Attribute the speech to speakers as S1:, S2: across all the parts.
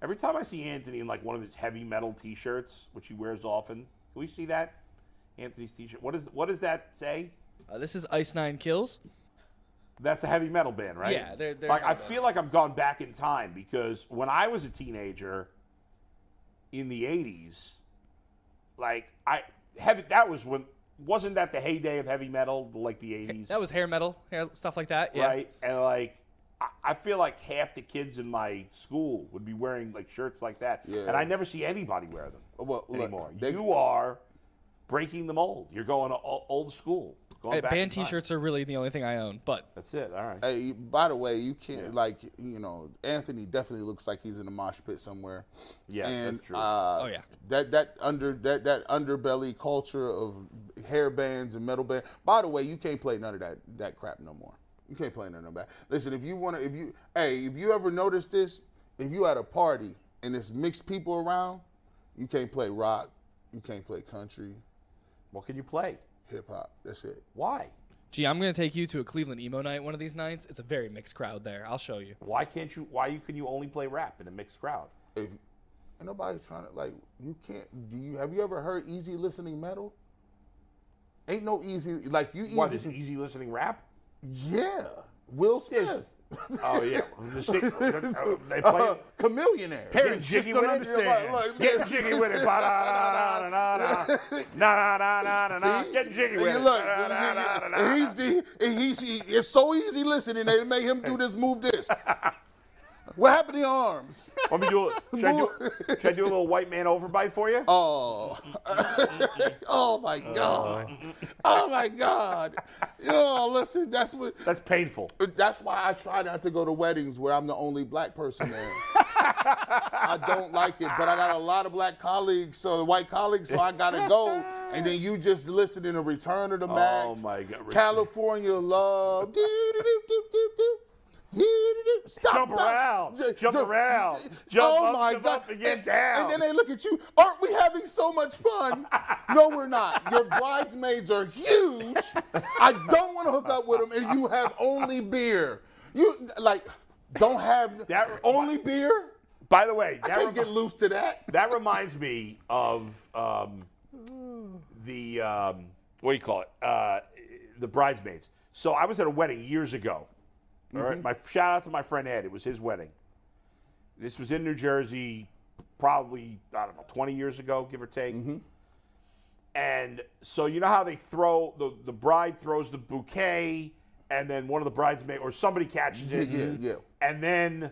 S1: Every time I see Anthony in like one of his heavy metal T-shirts, which he wears often, can we see that? Anthony's T-shirt. What is what does that say?
S2: Uh, this is Ice Nine Kills.
S1: That's a heavy metal band, right?
S2: Yeah, they're- they're
S1: like I
S2: metal.
S1: feel like I've gone back in time because when I was a teenager in the '80s, like I heavy that was when wasn't that the heyday of heavy metal, like the '80s?
S2: That was hair metal, hair stuff like that. Yeah.
S1: right? And like, I- I feel like half the kids in my school would be wearing like shirts like that, and I never see anybody wear them
S3: Well, look,
S1: anymore.
S3: they-
S1: you are breaking the mold. You're going o- old school. Going
S2: Hey,
S1: back
S2: band
S1: in time.
S2: T-shirts are really the only thing I own, but
S1: That's it. All right.
S3: Hey, by the way, you can't like you know Anthony definitely looks like he's in a mosh pit somewhere.
S1: Yes,
S3: and,
S1: that's true.
S3: Uh,
S2: Oh, yeah.
S3: that that under that that underbelly culture of hair bands and metal band. By the way, you can't play none of that that crap no more. You can't play none of that. Listen, if you want to, if you hey, if you ever noticed this, if you at a party and it's mixed people around, you can't play rock, you can't play country,
S1: What can you play?
S3: hip hop. That's it.
S1: Why?
S2: gee, I'm gonna take you to a Cleveland emo night one of these nights. It's a very mixed crowd there. I'll show you.
S1: Why can't you? Why you can you only play rap in a mixed crowd?
S3: if and nobody's trying to like you can't do you have you ever heard easy listening metal ain't no easy like you
S1: Why
S3: easy
S1: this easy listening rap?
S3: yeah will smith
S1: Oh yeah, The stick- uh, they play.
S3: uh, chameleonaire
S1: Get jiggy with it. Get jiggy with it. Ba-da-da-da-da-da-da. Na-na-na-na-na-na.
S3: See?
S1: Get jiggy
S3: And
S1: with
S3: you
S1: it.
S3: look,
S1: Da-da-da-da-da-da.
S3: and he's, the- and he's, he, it's so easy listening. They make him do this, move this. What happened to your arms?
S1: Let me do a, should, I do, should I do a little white man overbite for you?
S3: Oh, oh my God! Oh my God! Yo, listen, that's what.
S1: That's painful.
S3: That's why I try not to go to weddings where I'm the only black person there. I don't like it, but I got a lot of black colleagues, so white colleagues, so I gotta go. And then you just listening to Return of the Mac,
S1: Oh my God.
S3: California Love, doo-doo-doo-doo-doo-doo, doo-doo-doo. Stop
S1: Jump
S3: that.
S1: around,
S3: Ju-
S1: jump
S3: ju-
S1: around,
S3: ju-
S1: jump
S3: oh
S1: up,
S3: my
S1: jump
S3: God.
S1: up and get
S3: and,
S1: down.
S3: And then they look at you. Aren't we having so much fun? no, we're not. Your bridesmaids are huge. I don't want to hook up with them, and you have only beer. You like don't have
S1: That-
S3: only beer.
S1: By the way,
S3: I
S1: that,
S3: can't
S1: remi-
S3: get loose to that.
S1: that reminds me of um, the, um, what do you call it? Uh, the bridesmaids. So I was at a wedding years ago. All
S3: Mm-hmm.
S1: right. My, shout out to my friend Ed. It was his wedding. This was in New Jersey, probably, I don't know, 20 years ago, give or take.
S3: Mm-hmm.
S1: And so you know how they throw the, the bride throws the bouquet, and then one of the bridesmaids or somebody catches it. Mm-hmm.
S3: Yeah, yeah, yeah.
S1: And then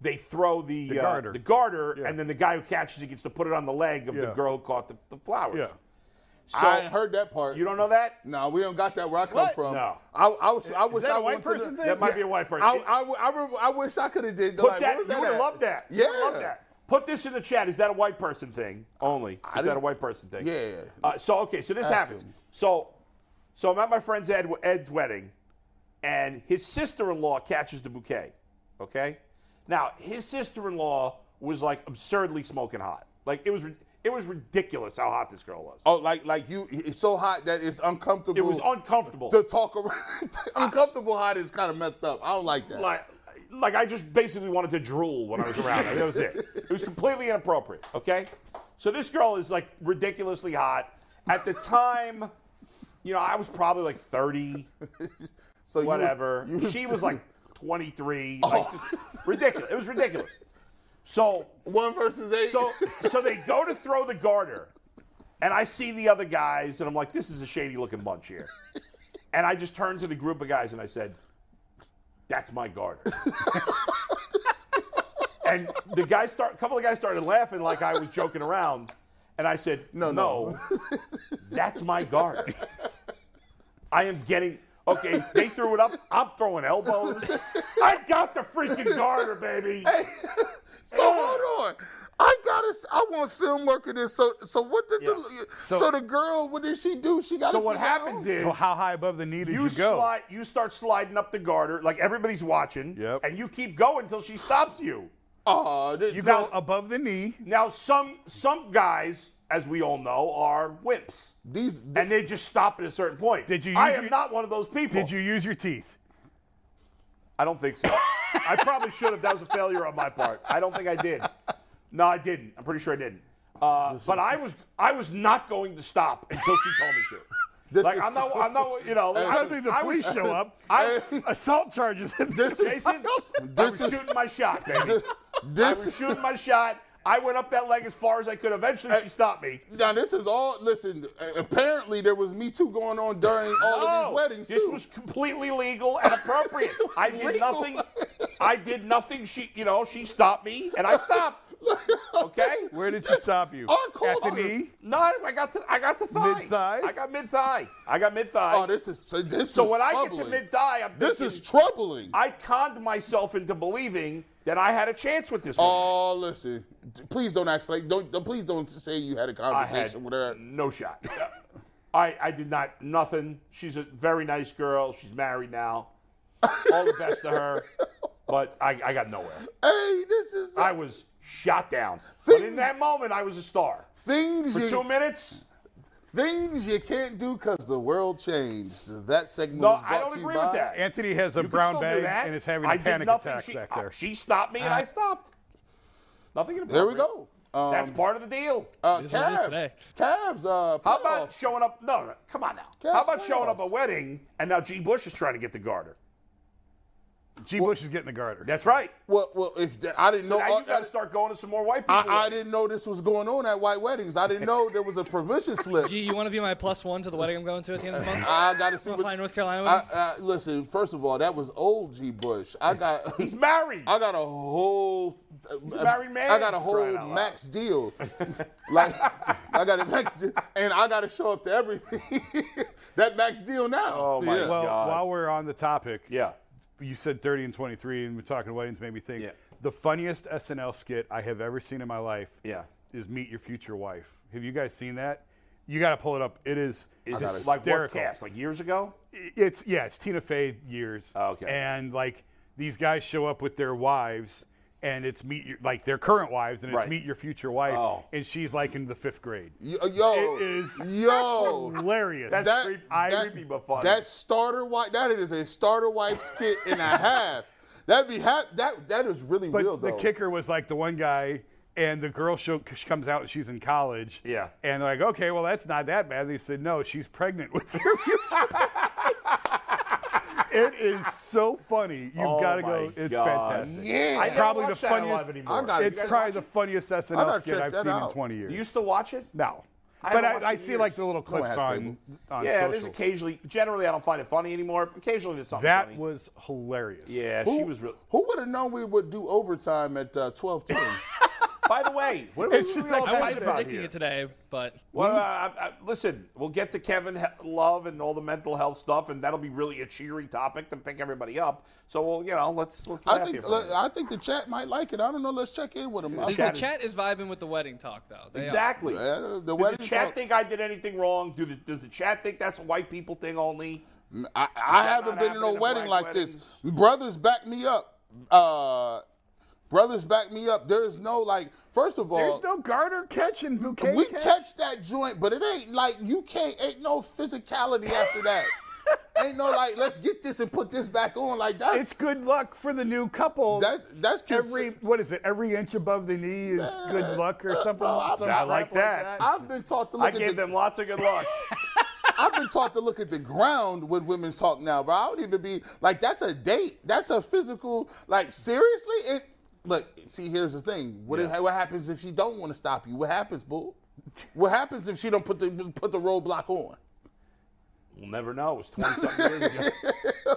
S1: they throw the the
S4: garter.
S1: the garter
S4: Yeah.
S1: and then the guy who catches it gets to put it on the leg of the
S4: Yeah.
S1: girl who caught the, the flowers.
S4: Yeah.
S1: So
S3: I ain't heard that part.
S1: you don't know that?
S3: No, we don't got that where I come
S4: What?
S3: from.
S1: No.
S3: I, I, was, I wish
S4: that
S3: I
S4: a white
S3: went to the-
S4: person thing?
S1: That might be a white person.
S3: I, I, I, remember- I wish I could have did.
S1: Put
S3: like,
S1: that.
S3: where was
S1: You would have
S3: at?
S1: loved that.
S3: Yeah,
S1: You would have loved that. Put this in the chat. Is that a white person thing only? Is that a
S3: didn't-
S1: white person thing?
S3: Yeah.
S1: Uh, so okay, so this
S3: Ask
S1: happens.
S3: him.
S1: So, so I'm at my friend's Ed, Ed's wedding, and his sister-in-law catches the bouquet. Okay, now his sister-in-law was like absurdly smoking hot. Like it was, ri- it was ridiculous how hot this girl was.
S3: Oh, like like you, it's so hot that it's uncomfortable.
S1: It was uncomfortable.
S3: to talk around. uncomfortable hot is kind of messed up. I don't like that.
S1: like like I just basically wanted to drool when I was around her. That was it. It was completely inappropriate. Okay, so this girl is like ridiculously hot. At the time, you know, I was probably like 30,
S3: so you-
S1: whatever.
S3: you
S1: she was like 23. Like,
S3: Oh.
S1: just ridiculous. It was ridiculous. So
S3: one versus eight.
S1: so so they go to throw the garter, and I see the other guys, and I'm like, this is a shady looking bunch here. And I just turned to the group of guys and I said, That's my garter. and the guys start a couple of guys started laughing like I was joking around. And I said, No, no, that's my garter. I am getting okay, they threw it up. I'm throwing elbows. I got the freaking garter, baby.
S3: so hold on. I got gotta. I want film work of this. So, so what did the? So,
S4: So-
S3: the girl, what did she do? She got.
S1: So what happens is
S4: So how high above the knee did you,
S1: you,
S4: go?
S1: slide, you start sliding up the garter like everybody's watching,
S4: Yep.
S1: and you keep going until she stops you.
S3: Oh, this,
S4: You
S3: so,
S4: go above the knee.
S1: Now some some guys, as we all know, are wimps,
S3: these.
S1: and they just stop at a certain point.
S4: Did you
S1: I
S4: use
S1: am
S4: your-
S1: not one of those people.
S4: Did you use your teeth?
S1: I don't think so. I probably should have. That was a failure on my part. I don't think I did. No, I didn't. I'm pretty sure I didn't. Uh, but I was I was not going to stop until she told me to.
S3: This
S1: Like
S3: is-
S1: I'm not I'm not you know. I,
S4: Suddenly the
S1: I
S4: police
S1: was,
S4: show up.
S1: I,
S4: Assault charges.
S3: This is-
S1: Jason, I was
S3: This is-
S1: shooting my shot, baby. I was
S3: this
S1: shooting my shot. I went up that leg as far as I could. Eventually, she stopped me.
S3: now this is all. Listen, a- apparently there was Me Too going on during all of
S1: No,
S3: these weddings
S1: Oh, This
S3: too.
S1: was completely legal and appropriate. I did
S3: Legal.
S1: nothing. I did nothing. She, you know, she stopped me, and I stopped. Okay.
S4: Where did she stop you?
S3: Our
S4: At the
S3: culture.
S4: knee.
S1: No, I got to. I got to thigh.
S4: Mid-thigh?
S1: I got mid thigh. I got mid thigh.
S3: oh, this is so this
S1: so
S3: is
S1: when I
S3: troubling.
S1: get to mid thigh, I'm
S3: this
S1: thinking,
S3: is troubling.
S1: I conned myself into believing that I had a chance with this. woman.
S3: oh, listen, d- please don't act like don't, don't- please don't say you had a
S1: I
S3: conversation
S1: had
S3: with her.
S1: no shot. I, I did not nothing. She's a very nice girl. She's married now. All the best to her. But I, I got nowhere.
S3: Hey, this is
S1: I was shot down. But in
S3: Things-
S1: that moment, I was a star.
S3: things
S1: For
S3: you
S1: two minutes,
S3: things you can't do because the world changed. That segment.
S1: no,
S3: was
S1: I
S3: brought
S1: don't
S3: to you
S1: agree with
S3: by-
S1: that.
S4: Anthony has a
S1: You can
S4: brown
S1: still do
S4: bag
S1: that.
S4: and is having a
S1: I did
S4: panic
S1: nothing.
S4: attack
S1: She-
S4: back
S1: uh,
S4: there.
S1: She stopped me and I stopped. Nothing
S3: There we
S1: inappropriate.
S3: go. Um,
S1: That's part of the deal.
S3: uh,
S2: Is what it is
S3: Cavs.
S2: today.
S3: Cavs. Uh,
S1: How about
S3: playoff.
S1: showing up? No, no, come on now.
S3: Cavs
S1: How about showing up
S3: playoffs.
S1: a wedding and now G. Bush is trying to get the garter?
S4: G. Bush is getting the garter.
S1: That's right.
S3: Well, well, if th- I didn't
S1: So
S3: know,
S1: now
S3: all-
S1: you got to start going to some more white people.
S3: uh, I, I didn't know this was going on at white weddings. I didn't know there was a permission slip.
S2: Gee, you want to be my plus one to the wedding I'm going to at the end of the month?
S3: I gotta see
S2: You want
S3: what-
S2: to fly to North Carolina with
S3: I,
S2: me?
S3: I, listen, first of all, that was old G. Bush. I got,
S1: He's married.
S3: I got a whole. He's
S1: a married man,
S3: I got a
S1: for
S3: whole
S1: crying out loud.
S3: max deal. like, I got a max deal, and I got to show up to everything. that max deal now.
S1: Oh, my
S3: Yeah.
S4: Well,
S1: God.
S4: while we're on the topic,
S1: yeah.
S4: you said 30 and 23, and we're talking weddings, made me think.
S1: Yeah.
S4: The funniest SNL skit I have ever seen in my life
S1: Yeah.
S4: is Meet Your Future Wife. Have you guys seen that? You got to pull it up. It is
S1: Is
S4: hysterical.
S1: this like what cast? Like years ago?
S4: It's yeah, it's Tina Fey years.
S1: Oh, Okay.
S4: And like these guys show up with their wives, and it's meet your, like their current wives, and it's
S1: Right.
S4: meet your future wife,
S1: Oh.
S4: and she's like in the fifth grade.
S3: Y- yo,
S4: It is
S3: yo.
S4: hilarious.
S1: That's
S3: That-
S1: creepy,
S3: that-
S1: creepy but funny.
S3: That starter wife. That is a starter wife skit and a half. That'd be ha- that. That is really
S4: but
S3: real
S4: the
S3: though.
S4: kicker was like the one guy. And the girl show she comes out and she's in college.
S1: Yeah.
S4: And they're like, okay, well, that's not that bad. They said, no, she's pregnant with your future. it is so funny. You've
S1: Oh
S4: got to
S1: my
S4: go. It's
S1: God.
S4: fantastic.
S3: Yeah.
S1: I never
S4: probably the
S1: watch that alive
S4: funniest.
S1: anymore.
S3: I got it.
S4: It's
S3: You guys
S4: probably
S3: watch
S4: the
S3: it?
S4: funniest
S3: I gotta
S4: SNL skit
S3: check
S4: I've
S3: that
S4: seen in
S3: out.
S4: 20 years.
S1: You used to watch it?
S4: no,
S1: I
S4: but
S1: haven't watched
S4: I, I
S1: it in
S4: see like the
S1: years.
S4: little clips
S3: ask
S4: on
S3: Cable.
S4: on
S1: yeah,
S4: social.
S1: there's occasionally. Generally, I don't find it funny anymore. Occasionally, there's something
S4: that
S1: funny.
S4: was hilarious.
S1: yeah, she was real.
S3: Who would have known we would do overtime at uh, twelve ten?
S1: By the way, what are
S4: It's
S1: we
S4: just
S1: really all
S2: I
S4: like- I'll
S2: was
S4: fight
S1: excited about
S2: predicting
S1: here?
S2: it today, but
S1: Well, uh, I, I, listen, we'll get to Kevin he- Love and all the mental health stuff, and that'll be really a cheery topic to pick everybody up. So, well, you know, let's let's laugh
S3: I
S1: here
S3: think
S1: for a minute.
S3: I think the chat might like it. I don't know. Let's check in with them. I-
S2: the,
S1: Chat
S2: the
S1: is-
S2: chat is vibing with the wedding talk, though. They are.
S1: exactly.
S3: Yeah, the
S1: Does
S3: wedding
S1: the chat
S3: talk-
S1: think I did anything wrong? Do the, does the chat think that's a white people thing only?
S3: I, I haven't
S1: not
S3: been in no
S1: happening at
S3: wedding
S1: black
S3: like this.
S1: weddings?
S3: Brothers, back me up. Uh, brothers, back me up. There is no like. First of all,
S4: There's no garter catching bouquet.
S3: we
S4: catch.
S3: catch that joint, but it ain't like you can't. Ain't no physicality after that. ain't no like. Let's get this and put this back on. Like that's
S4: It's good luck for the new couple.
S3: that's that's consi-
S4: every what is it? Every inch above the knee is
S1: Uh,
S4: good luck or something.
S3: I-
S4: some
S1: Not
S4: crap
S1: like that.
S3: I've been taught to
S1: I
S3: look at
S1: gave
S3: the,
S1: them lots of good luck.
S3: I've been taught to look at the ground when women talk now, bro. I don't even be like that's a date. That's a physical. Like seriously, it. Look, see, here's the thing. What if- what happens if she don't want to stop you? What happens, bull? What happens if she don't put the put the roadblock on?
S1: we'll never know. It was 20 something years ago.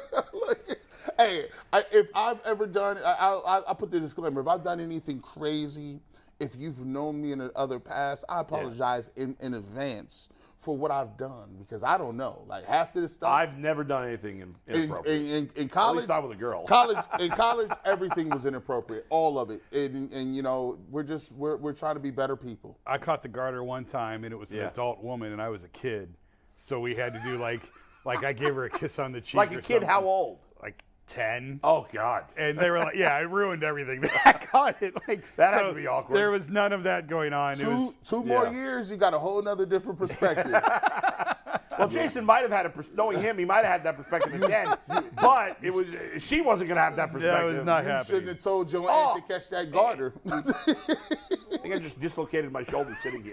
S3: Like, hey, I, if I've ever done, I, I, I- I put the disclaimer. If I've done anything crazy, if you've known me in another past, I apologize in, in advance for what I've done because I don't know. Like half of the stuff
S1: I've never done anything in,
S3: in,
S1: inappropriate.
S3: in, in, in college,
S1: not with a girl.
S3: College in college, everything was inappropriate, all of it. And, and you know, we're just we're, we're trying to be better people.
S4: I caught the garter one time, and it was an
S1: Yeah.
S4: adult woman, and I was a kid, so we had to do like, like I gave her a kiss on the cheek.
S1: like
S4: or
S1: a kid, how
S4: something.
S1: old?
S4: Like ten.
S1: Oh God.
S4: And they were like, "Yeah, I ruined everything." I caught it. Like
S1: That had to be awkward.
S4: There was none of that going on. it
S3: Two
S4: was,
S3: two more
S1: yeah.
S3: years, you got a whole nother different perspective.
S1: Well, Jason might have had a pers- knowing him, he might have had that perspective then, but it was she wasn't going to have that perspective.
S4: that was not
S3: you shouldn't
S4: happening.
S3: have told your
S1: Oh. eh,
S3: aunt to catch that garter.
S1: I think I just dislocated my shoulder sitting here.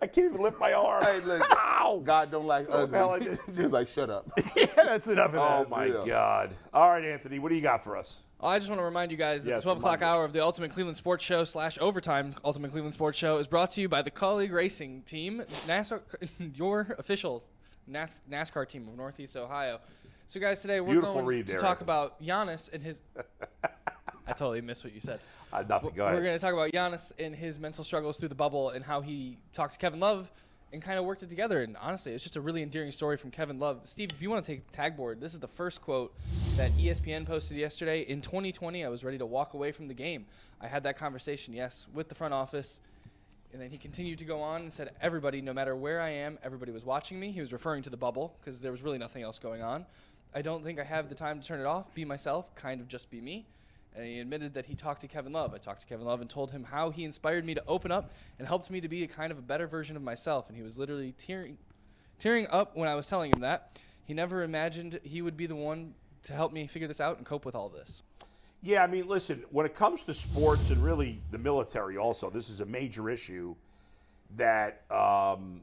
S1: I can't even lift my arm.
S3: hey, look,
S1: Ow.
S3: God don't like
S1: What the hell I
S3: ugly.
S1: did?
S3: Just like shut up.
S4: yeah, that's enough of
S1: Oh
S4: that.
S1: my
S3: Yeah.
S1: God! All right, Anthony, what do you got for us?
S2: Oh, I just want to remind you guys that
S1: Yes,
S2: the 12 o'clock
S1: remind us.
S2: hour of the Ultimate Cleveland Sports Show slash Overtime Ultimate Cleveland Sports Show is brought to you by the Colleague Racing Team, NASA, your official NAS- NASCAR team of Northeast Ohio. So, guys, today we're
S1: Beautiful
S2: going
S1: read
S2: to
S1: there,
S2: talk
S1: Anthony.
S2: about Giannis and his. I totally missed what you said.
S1: Uh, nothing. Go
S2: We're
S1: ahead.
S2: going to talk about Giannis and his mental struggles through the bubble and how he talked to Kevin Love and kind of worked it together. And honestly, it's just a really endearing story from Kevin Love. Steve, if you want to take the tag board, this is the first quote that E ESPN posted yesterday. In 2020, I was ready to walk away from the game. I had that conversation, yes, with the front office. And then he continued to go on and said, Everybody, no matter where I am, everybody was watching me. He was referring to the bubble because there was really nothing else going on. I don't think I have the time to turn it off, be myself, kind of just be me. And he admitted that he talked to Kevin Love. I talked to Kevin Love and told him how he inspired me to open up and helped me to be a kind of a better version of myself. And he was literally tearing, tearing up when I was telling him that. He never imagined he would be the one to help me figure this out and cope with all this.
S1: Yeah, I mean, listen, when it comes to sports and really the military, also, this is a major issue that um,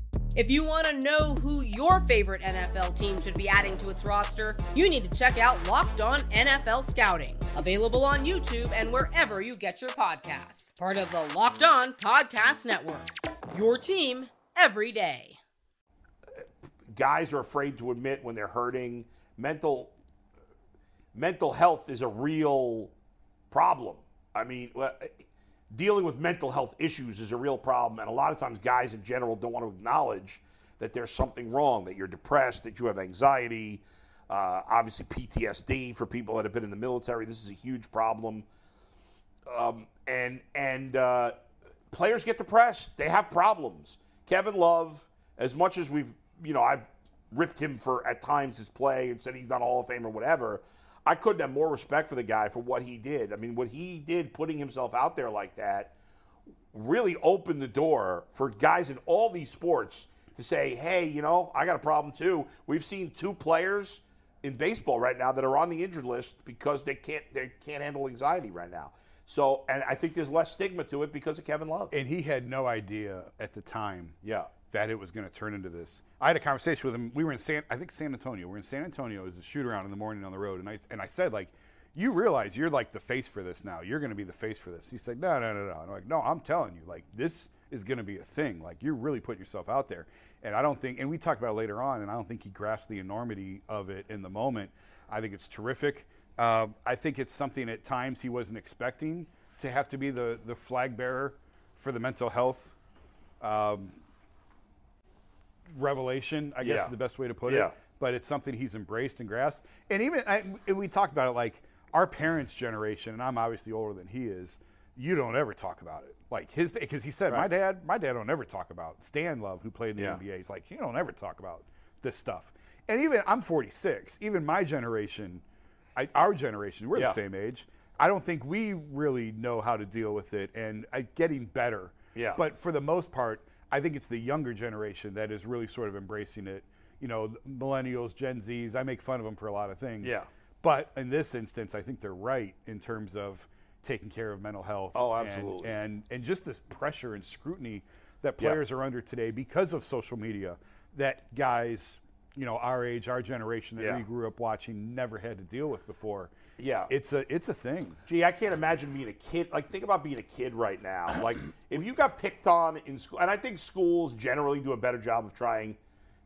S5: If you want to know who your favorite NFL team should be adding to its roster, you need to check out Locked On NFL Scouting, available on YouTube and wherever you get your podcasts. Part of the Locked On Podcast Network. Your team every day.
S1: guys are afraid to admit when they're hurting. Mental mental health is a real problem. I mean, well, dealing with mental health issues is a real problem, and a lot of times guys in general don't want to acknowledge that there's something wrong, that you're depressed, that you have anxiety. Uh, obviously, PTSD for people that have been in the military. This is a huge problem. Um, and and uh, players get depressed. They have problems. Kevin Love, as much as we've you know I've ripped him for at times his play and said he's not a Hall of Fame or whatever. I couldn't have more respect for the guy for what he did. I mean, what he did, putting himself out there like that, really opened the door for guys in all these sports to say, hey, you know, I got a problem too. We've seen two players in baseball right now that are on the injured list because they can't they can't handle anxiety right now. So and I think there's less stigma to it because of Kevin Love.
S4: And he had no idea at the time.
S1: Yeah.
S4: that it was going to turn into this. I had a conversation with him. We were in San, I think San Antonio. We're in San Antonio. It was a shoot around in the morning on the road, and I and I said like, you realize you're like the face for this now. You're going to be the face for this. He said, no, no, no, no. And I'm like, no, I'm telling you, like this is going to be a thing. Like you're really putting yourself out there, and I don't think. And we talked about it later on, and I don't think he grasped the enormity of it in the moment. I think it's terrific. Uh, I think it's something at times he wasn't expecting to have to be the the flag bearer for the mental health revelation, I guess
S1: Yeah.
S4: is the best way to put
S1: Yeah.
S4: it. But it's something he's embraced and grasped. And even I, and we talked about it like our parents' generation, and I'm obviously older than he is. You don't ever talk about it, like his, because he said my dad, my dad don't ever talk about Stan Love, who played in the
S1: Yeah.
S4: NBA. He's like, you don't ever talk about this stuff. And even I'm 46. Even my generation, I, our generation, we're
S1: Yeah.
S4: the same age. I don't think we really know how to deal with it, and uh, getting better.
S1: Yeah.
S4: But for the most part, I think it's the younger generation that is really sort of embracing it. You know, th- millennials, Gen Zs. I make fun of them for a lot of things.
S1: Yeah.
S4: But in this instance, I think they're right in terms of taking care of mental health.
S1: Oh,
S4: and-
S1: absolutely.
S4: And and, and just this pressure and scrutiny that players are under today because of social media. That guys you know our age, our generation that
S1: Yeah.
S4: we grew up watching never had to deal with before.
S1: Yeah.
S4: it's a it's a thing.
S1: Gee, I can't imagine being a kid. Like, think about being a kid right now. Like, if you got picked on in school, and I think schools generally do a better job of trying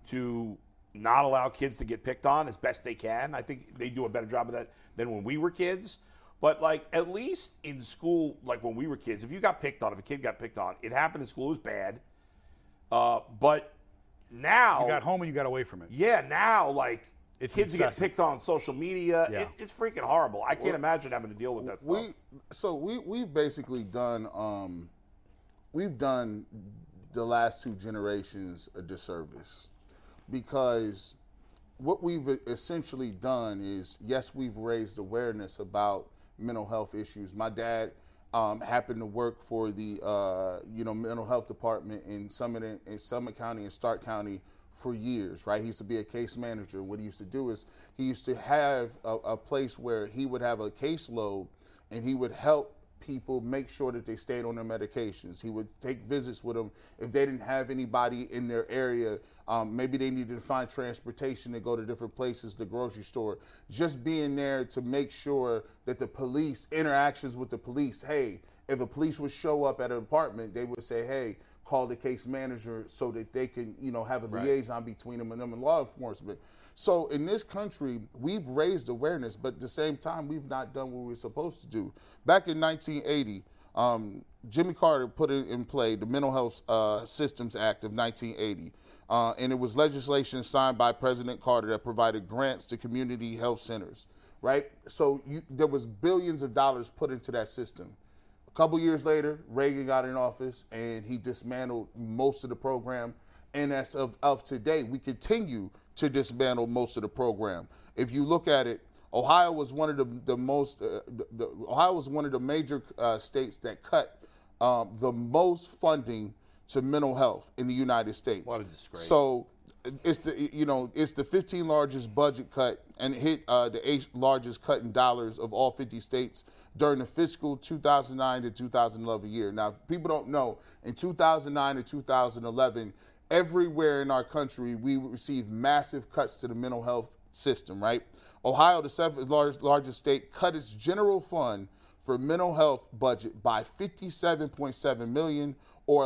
S1: to not allow kids to get picked on as best they can. I think they do a better job of that than when we were kids. But, like, at least in school, like when we were kids, if you got picked on, if a kid got picked on, it happened in school, it was bad. Uh, but now,
S4: You got home and you got away from it.
S1: yeah, now, like,
S4: It's
S1: kids who get
S4: incessant.
S1: picked on on social media.
S4: Yeah.
S1: It, it's freaking horrible. I can't imagine having to deal with that stuff.
S3: we so we we've basically done um we've done the last two generations a disservice because what we've e-, essentially done is yes we've raised awareness about mental health issues my dad um, happened to work for the uh, you know mental health department in summit in summit county and stark county for years, right? He used to be a case manager. What he used to do is he used to have a, a place where he would have a caseload and he would help people make sure that they stayed on their medications. He would take visits with them if they didn't have anybody in their area. Um, maybe they needed to find transportation to go to different places, the grocery store. Just being there to make sure that the police interactions with the police. Hey, if the police would show up at an apartment, they would say, "Hey, call the case manager so that they can, you know, have a liaison between them and them and law enforcement." So in this country, we've raised awareness, but at the same time, we've not done what we're supposed to do. Back in 1980, um, Jimmy Carter put in, in play the Mental Health uh, Systems Act of 1980. Uh, and it was legislation signed by President Carter that provided grants to community health centers, right? So you, there was billions of dollars put into that system. A couple years later, Reagan got in office and he dismantled most of the program. And as of, of today, we continue to dismantle most of the program. If you look at it, Ohio was one of the, the most, uh, the, the, Ohio was one of the major uh, states that cut um, the most funding to mental health in the United States. What a disgrace. So it's the you know it's the 15 largest budget cut and it hit uh, the eighth largest cut in dollars of all 50 states during the fiscal 2009 to 2011 year. Now, if people don't know in 2009 to 2011, everywhere in our country we received massive cuts to the mental health system. Right, Ohio, the seventh largest largest state, cut its general fund for mental health budget by 57.7 million or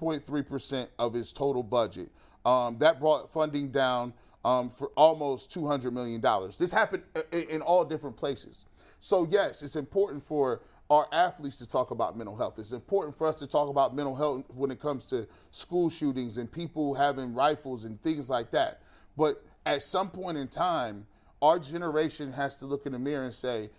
S3: 11.3% of its total budget. Um, that brought funding down um, for almost $200 million. This happened in, in all different places. So, yes, it's important for our athletes to talk about mental health. It's important for us to talk about mental health when it comes to school shootings and people having rifles and things like that. But at some point in time, our generation has to look in the mirror and say,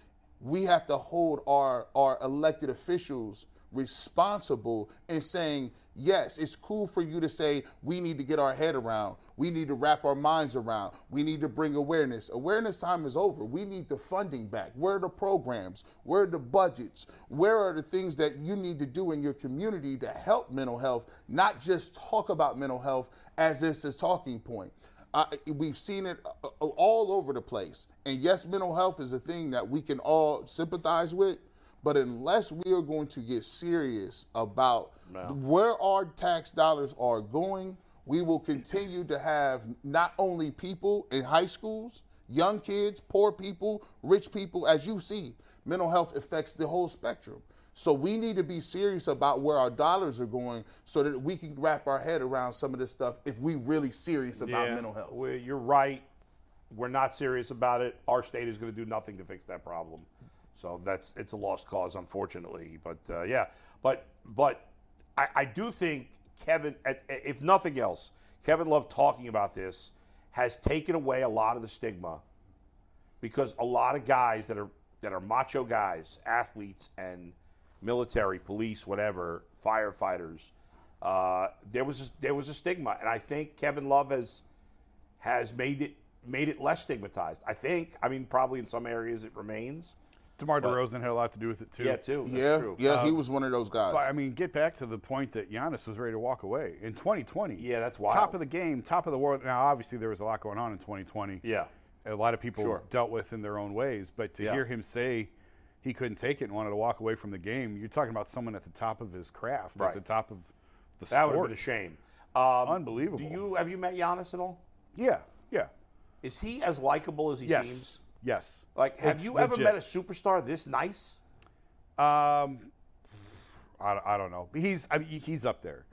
S3: we have to hold our, our elected officials responsible in saying, yes, it's cool for you to say, we need to get our head around. We need to wrap our minds around. We need to bring awareness. Awareness time is over. We need the funding back. Where are the programs? Where are the budgets? Where are the things that you need to do in your community to help mental health, not just talk about mental health as this is talking point? I, we've seen it uh, uh, all over the place. And yes, mental health is a thing that we can all sympathize with, but unless we are going to get serious about where our tax dollars are going, we will continue to have not only people in high schools, young kids, poor people, rich people, as you see, mental health affects the whole spectrum. So we need to be serious about where our dollars are going so that we can wrap our head around some of this stuff if we really serious about
S1: Yeah,
S3: mental health.
S1: well, you're right. We're not serious about it. Our state is going to do nothing to fix that problem. So that's it's a lost cause, unfortunately. But uh, yeah, but but I, I do think Kevin, at- if nothing else, Kevin Love talking about this has taken away a lot of the stigma because a lot of guys that are that are macho guys, athletes and military, police, whatever, firefighters, uh, there was there was a stigma, and I think Kevin Love has has made it made it less stigmatized. I think. I mean, probably in some areas it remains.
S4: DeMar DeRozan had a lot to do with it too.
S1: Yeah, too. That's
S3: yeah,
S1: true.
S3: yeah, he was one of those guys.
S4: But I mean, get back to the point that Giannis was ready to walk away in 2020.
S1: Yeah, that's
S4: why.
S1: wild.
S4: Top of the game, top of the world. Now, obviously, there was a lot going on in 2020.
S1: Yeah.
S4: a lot of people
S1: Sure.
S4: dealt with in their own ways. But to
S1: Yeah.
S4: hear him say he couldn't take it and wanted to walk away from the game, you're talking about someone at the top of his craft,
S1: Right.
S4: at the top of the
S1: That would have
S4: sport.
S1: been a shame. Um,
S4: Unbelievable.
S1: Do you have you met Giannis at all?
S4: yeah, Yeah.
S1: Is he as likable as he
S4: Yes.
S1: seems?
S4: Yes.
S1: Like, have
S4: It's
S1: you ever
S4: legit.
S1: met a superstar this nice?
S4: Um, I, I don't know. He's I mean, he's up there.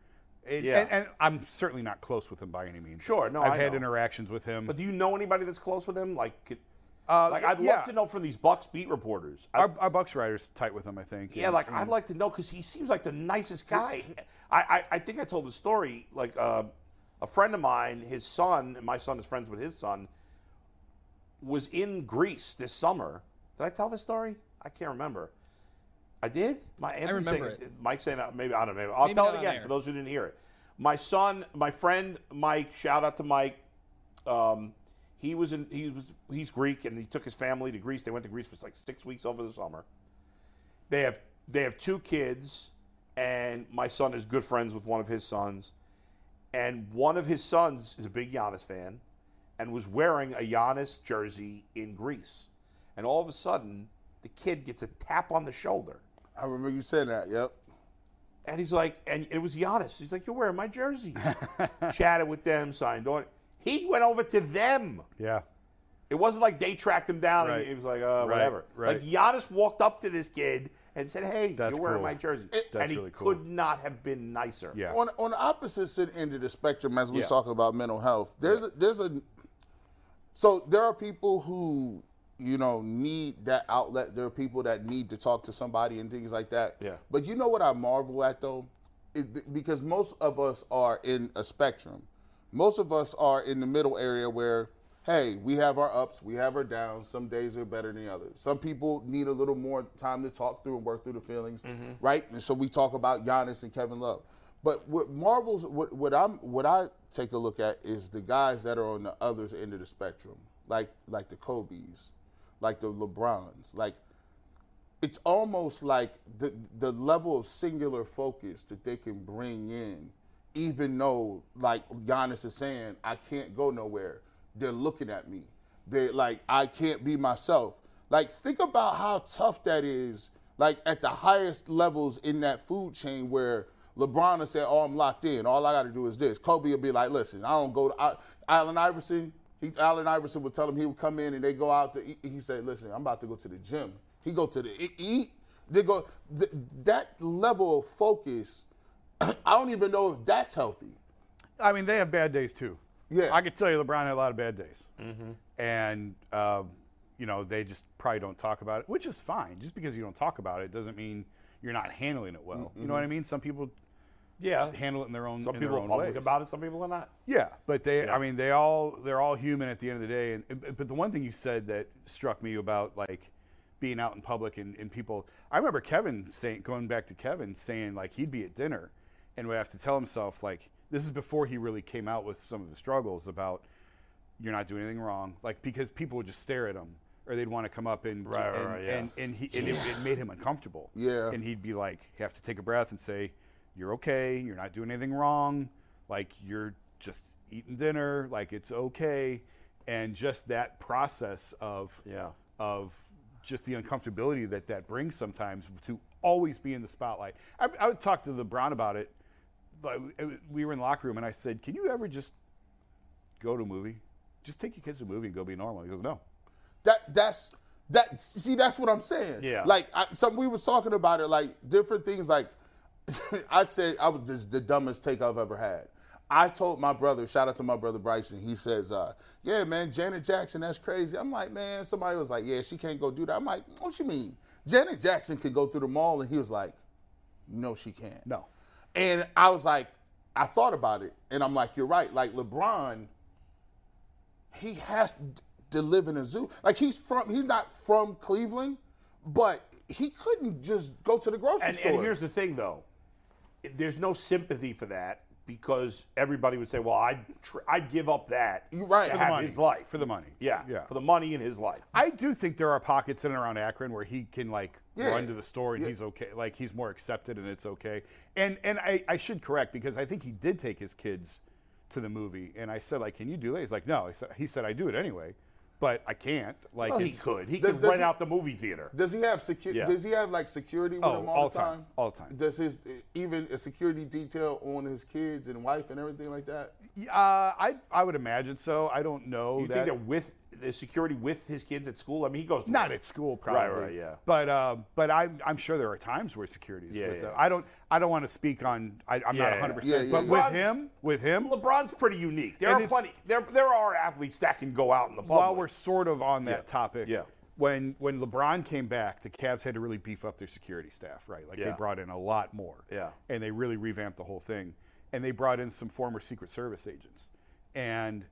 S4: And-
S1: Yeah.
S4: and, and I'm certainly not close with him by any means.
S1: Sure, no,
S4: I've
S1: I
S4: had
S1: know.
S4: interactions with him.
S1: But do you know anybody that's close with him? Like, could,
S4: Uh,
S1: like I'd
S4: yeah.
S1: love to know from these Bucks beat reporters. I-
S4: our, our Bucks rider's tight with him, I think.
S1: Yeah,
S4: and-
S1: like
S4: and-
S1: I'd like to know because he seems like the nicest guy. I, I, I think I told the story. Like uh, a friend of mine, his son, and my son is friends with his son, was in Greece this summer. Did I tell this story? I can't remember. I did. My Anthony saying
S2: remember it.
S1: Mike saying that. Maybe I don't know. Maybe I'll
S2: Maybe
S1: tell
S2: not
S1: it
S2: on
S1: again
S2: air.
S1: for those who didn't hear it. My son, my friend Mike. Shout out to Mike. Um, he was in. He was. He's Greek, and he took his family to Greece. They went to Greece for like six weeks over the summer they have they have two kids and my son is good friends with one of his sons and one of his sons is a big Giannis fan and was wearing a Giannis jersey in Greece and all of a sudden the kid gets a tap on the shoulder
S3: I remember you saying that. Yep.
S1: and he's like and it was Giannis he's like you're wearing my jersey chatted with them signed on he went over to them
S4: Yeah.
S1: it wasn't like they tracked him down and
S4: Right.
S1: he was like, uh, whatever. Like
S4: right.
S1: Giannis walked up to this kid and said, hey,
S4: That's
S1: you're wearing
S4: cool.
S1: my jersey.
S4: That's
S1: and he
S4: really cool.
S1: could not have been nicer.
S4: Yeah.
S3: On on the opposite sit- end of the spectrum, as we
S1: Yeah.
S3: talk about mental health, there's a, there's a so there are people who you know need that outlet. There are people that need to talk to somebody and things like that.
S1: Yeah.
S3: But you know what I marvel at though, It- th- because most of us are in a spectrum. Most of us are in the middle area where. Hey, we have our ups, we have our downs. Some days are better than others. Some people need a little more time to talk through and work through the feelings, right? And so we talk about Giannis and Kevin Love. But what Marvel's what, what I'm what I take a look at is the guys that are on the other end of the spectrum, like like the Kobe's, like the LeBrons, like it's almost like the the level of singular focus that they can bring in, even though like Giannis is saying, I can't go nowhere. They're looking at me. They like I can't be myself. Like think about how tough that is. Like at the highest levels in that food chain where LeBron will say, "Oh, I'm locked in. All I got to do is this." Kobe will be like, "Listen, I don't go to I, Allen Iverson." He, Allen Iverson would tell him he would come in and they go out to eat. He said, "Listen, I'm about to go to the gym." He go to the e- eat. They go th- that level of focus. I don't even know if that's healthy.
S4: I mean, they have bad days too.
S3: Yeah.
S4: I could tell you LeBron had a lot of bad days. Mm-hmm. And, um, you know, they just probably don't talk about it, which is fine. Just because you don't talk about it doesn't mean you're not handling it well. You know what I mean? Some people
S1: Mm-hmm. Yeah.
S4: just handle it in their own
S1: Some
S4: in
S1: people
S4: their
S1: are
S4: own
S1: public
S4: ways.
S1: about it, some people are not.
S4: Yeah, but they,
S1: Yeah.
S4: I mean, they all, they're all human at the end of the day. And, and- but the one thing you said that struck me about like being out in public and, and people, I remember Kevin saying, going back to Kevin saying like he'd be at dinner and would have to tell himself like, this is before he really came out with some of the struggles about you're not doing anything wrong. Like because people would just stare at him or they'd want to come up and,
S1: Right, right,
S4: and,
S1: right, yeah.
S4: and, and he, and it, it made him uncomfortable.
S3: Yeah.
S4: And he'd be like, have to take a breath and say, "You're okay. You're not doing anything wrong. Like you're just eating dinner. Like it's okay." And just that process of
S1: Yeah.
S4: of just the uncomfortability that that brings sometimes to always be in the spotlight. I, I would talk to LeBron about it. Like, it- we were in the locker room, and I said, "Can you ever just go to a movie? Just take your kids to a movie and go be normal." He goes, "No."
S3: That that's that. See, that's what I'm saying.
S1: Yeah.
S3: Like I, some we was talking about it, like different things. Like I said, I was just the dumbest take I've ever had. I told my brother, shout out to my brother Bryson. He says, uh, "Yeah, man, Janet Jackson, that's crazy." I'm like, man. Somebody was like, "Yeah, she can't go do that." I'm like, "What you mean? Janet Jackson could go through the mall?" And he was like, "No, she can't."
S4: No.
S3: And I was like, I thought about it, and I'm like, you're right. Like LeBron, he has to live in a zoo. Like he's from, he's not from Cleveland, but he couldn't just go to the grocery
S1: And,
S3: store.
S1: and here's the thing, though there's no sympathy for that because everybody would say, well, I'd, tr- I'd give up that
S3: You're right.
S1: to
S3: For the
S1: have
S4: money.
S1: his life.
S4: For the money.
S1: Yeah,
S4: Yeah.
S1: For the money in his life.
S4: I do think there are pockets in and around Akron where he can like
S3: Yeah.
S4: run to the store and he's okay. Like he's more accepted and it's okay. And and I, I should correct because I think he did take his kids to the movie and I said like, can you do that? He's like, no. He said, he said I do it anyway, but I can't. Like
S1: Well, he
S4: it's-
S1: could. He
S3: Does-
S1: could
S3: does
S1: rent
S3: he-
S1: out the movie theater.
S3: Does he have security?
S1: Yeah.
S3: Does he have like security with
S4: Oh,
S3: him all,
S4: all
S3: the
S4: the time.
S3: time?
S4: All the time.
S3: Does his even a security detail on his kids and wife and everything like that?
S4: Yeah, Uh, I I would imagine so. I don't know
S1: You
S4: that.
S1: think that with the security with his kids at school? I mean, he goes to
S4: not at school, probably.
S1: Right, right, yeah.
S4: But uh, but I'm I'm sure there are times where security is
S1: Yeah,
S4: with
S1: yeah.
S4: them. I don't I don't want to speak on. I, I'm
S1: Yeah,
S4: not
S1: yeah.
S4: 100.
S3: Yeah,
S4: percent
S3: yeah,
S4: But
S3: yeah.
S4: with
S1: Rod's-
S4: him, with him,
S1: LeBron's pretty unique. There
S4: And
S1: are
S4: it's-
S1: plenty. There there are athletes that can go out in the public.
S4: while we're sort of on that
S1: Yeah.
S4: topic,
S1: Yeah.
S4: when when LeBron came back, the Cavs had to really beef up their security staff, right? Like they
S1: Yeah.
S4: brought in a lot more.
S1: Yeah.
S4: And they really revamped the whole thing. And they brought in some former Secret Service agents. And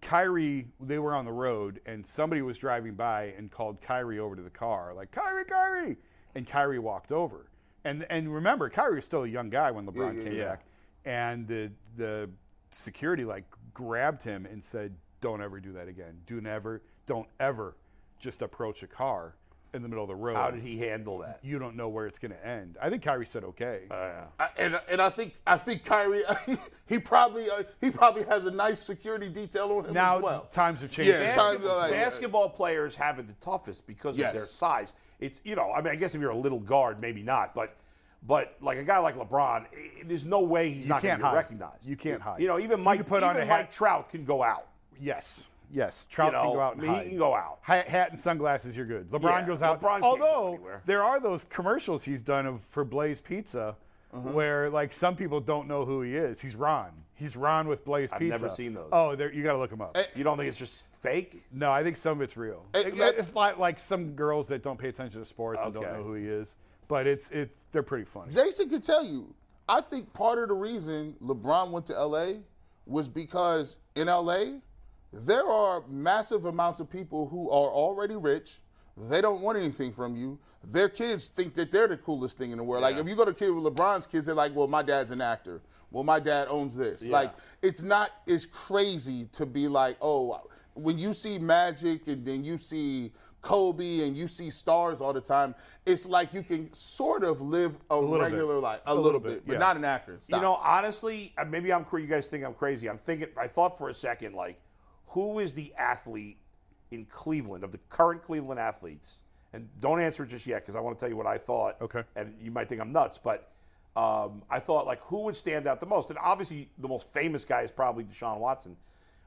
S4: Kyrie, they were on the road and somebody was driving by and called Kyrie over to the car, like, Kyrie, Kyrie. And Kyrie walked over. And and remember, Kyrie was still a young guy when LeBron came
S1: yeah.
S4: back. And the the security like grabbed him and said, Don't ever do that again. Do never don't ever just approach a car in the middle of the road.
S1: How did he handle that?
S4: you don't know where it's gonna end. I think Kyrie said okay.
S3: I, and and I think I think Kyrie he probably uh, he probably has a nice security detail on him
S4: now
S3: as well.
S4: times have changed.
S3: Yeah,
S1: Basketball-
S3: times are like-
S1: basketball players have it the toughest because
S3: Yes.
S1: of their size. It's you know, I mean, I guess if you're a little guard, maybe not, but but like a guy like LeBron, i- there's no way he's
S4: You
S1: not going
S4: can't
S1: to get
S4: hide.
S1: recognized.
S4: You can't hide.
S1: You know, even
S4: You
S1: Mike
S4: can put on
S1: even
S4: a hat.
S1: Mike Trout can go out.
S4: Yes. Yes. Trout
S1: know,
S4: can go out and
S1: I mean, he
S4: hide.
S1: can go out.
S4: Hat, hat and sunglasses, you're good. LeBron
S1: Yeah,
S4: goes out.
S1: LeBron can't go
S4: Although
S1: anywhere.
S4: there are those commercials he's done of for Blaze Pizza,
S1: Mm-hmm.
S4: where like some people don't know who he is. He's Ron. He's Ron with Blaze
S1: I've
S4: Pizza.
S1: never seen those.
S4: Oh, there you got to look him up.
S1: You don't think it's just fake?
S4: no, I think some of it's real.
S3: Eh,
S4: It-
S3: let-
S4: it's like like some girls that don't pay attention to sports and don't
S1: Okay.
S4: know who he is. But it's it's they're pretty funny.
S3: Jason could tell you. I think part of the reason LeBron went to LA was because in LA there are massive amounts of people who are already rich. They don't want anything from you. Their kids think that they're the coolest thing in the world. Like if you go to kid with LeBron's kids, they're like, "Well, my dad's an actor. Well, my dad owns this." Like it's not as crazy to be like, "Oh, when you see Magic and then you see Kobe and you see stars all the time, it's like you can sort of live a,
S4: little
S3: regular
S4: bit.
S3: life, a,
S4: A
S3: little,
S4: little
S3: bit,
S4: bit,
S3: but
S4: yeah.
S3: not an actor. Stop.
S1: You know, honestly, uh, maybe I'm crazy. You guys think I'm crazy. I'm thinking. I thought for a second, like, who is the athlete in Cleveland of the current Cleveland athletes? And don't answer it just yet because I want to tell you what I thought.
S4: Okay.
S1: And you might think I'm nuts, but um, I thought like who would stand out the most? And obviously, the most famous guy is probably Deshaun Watson,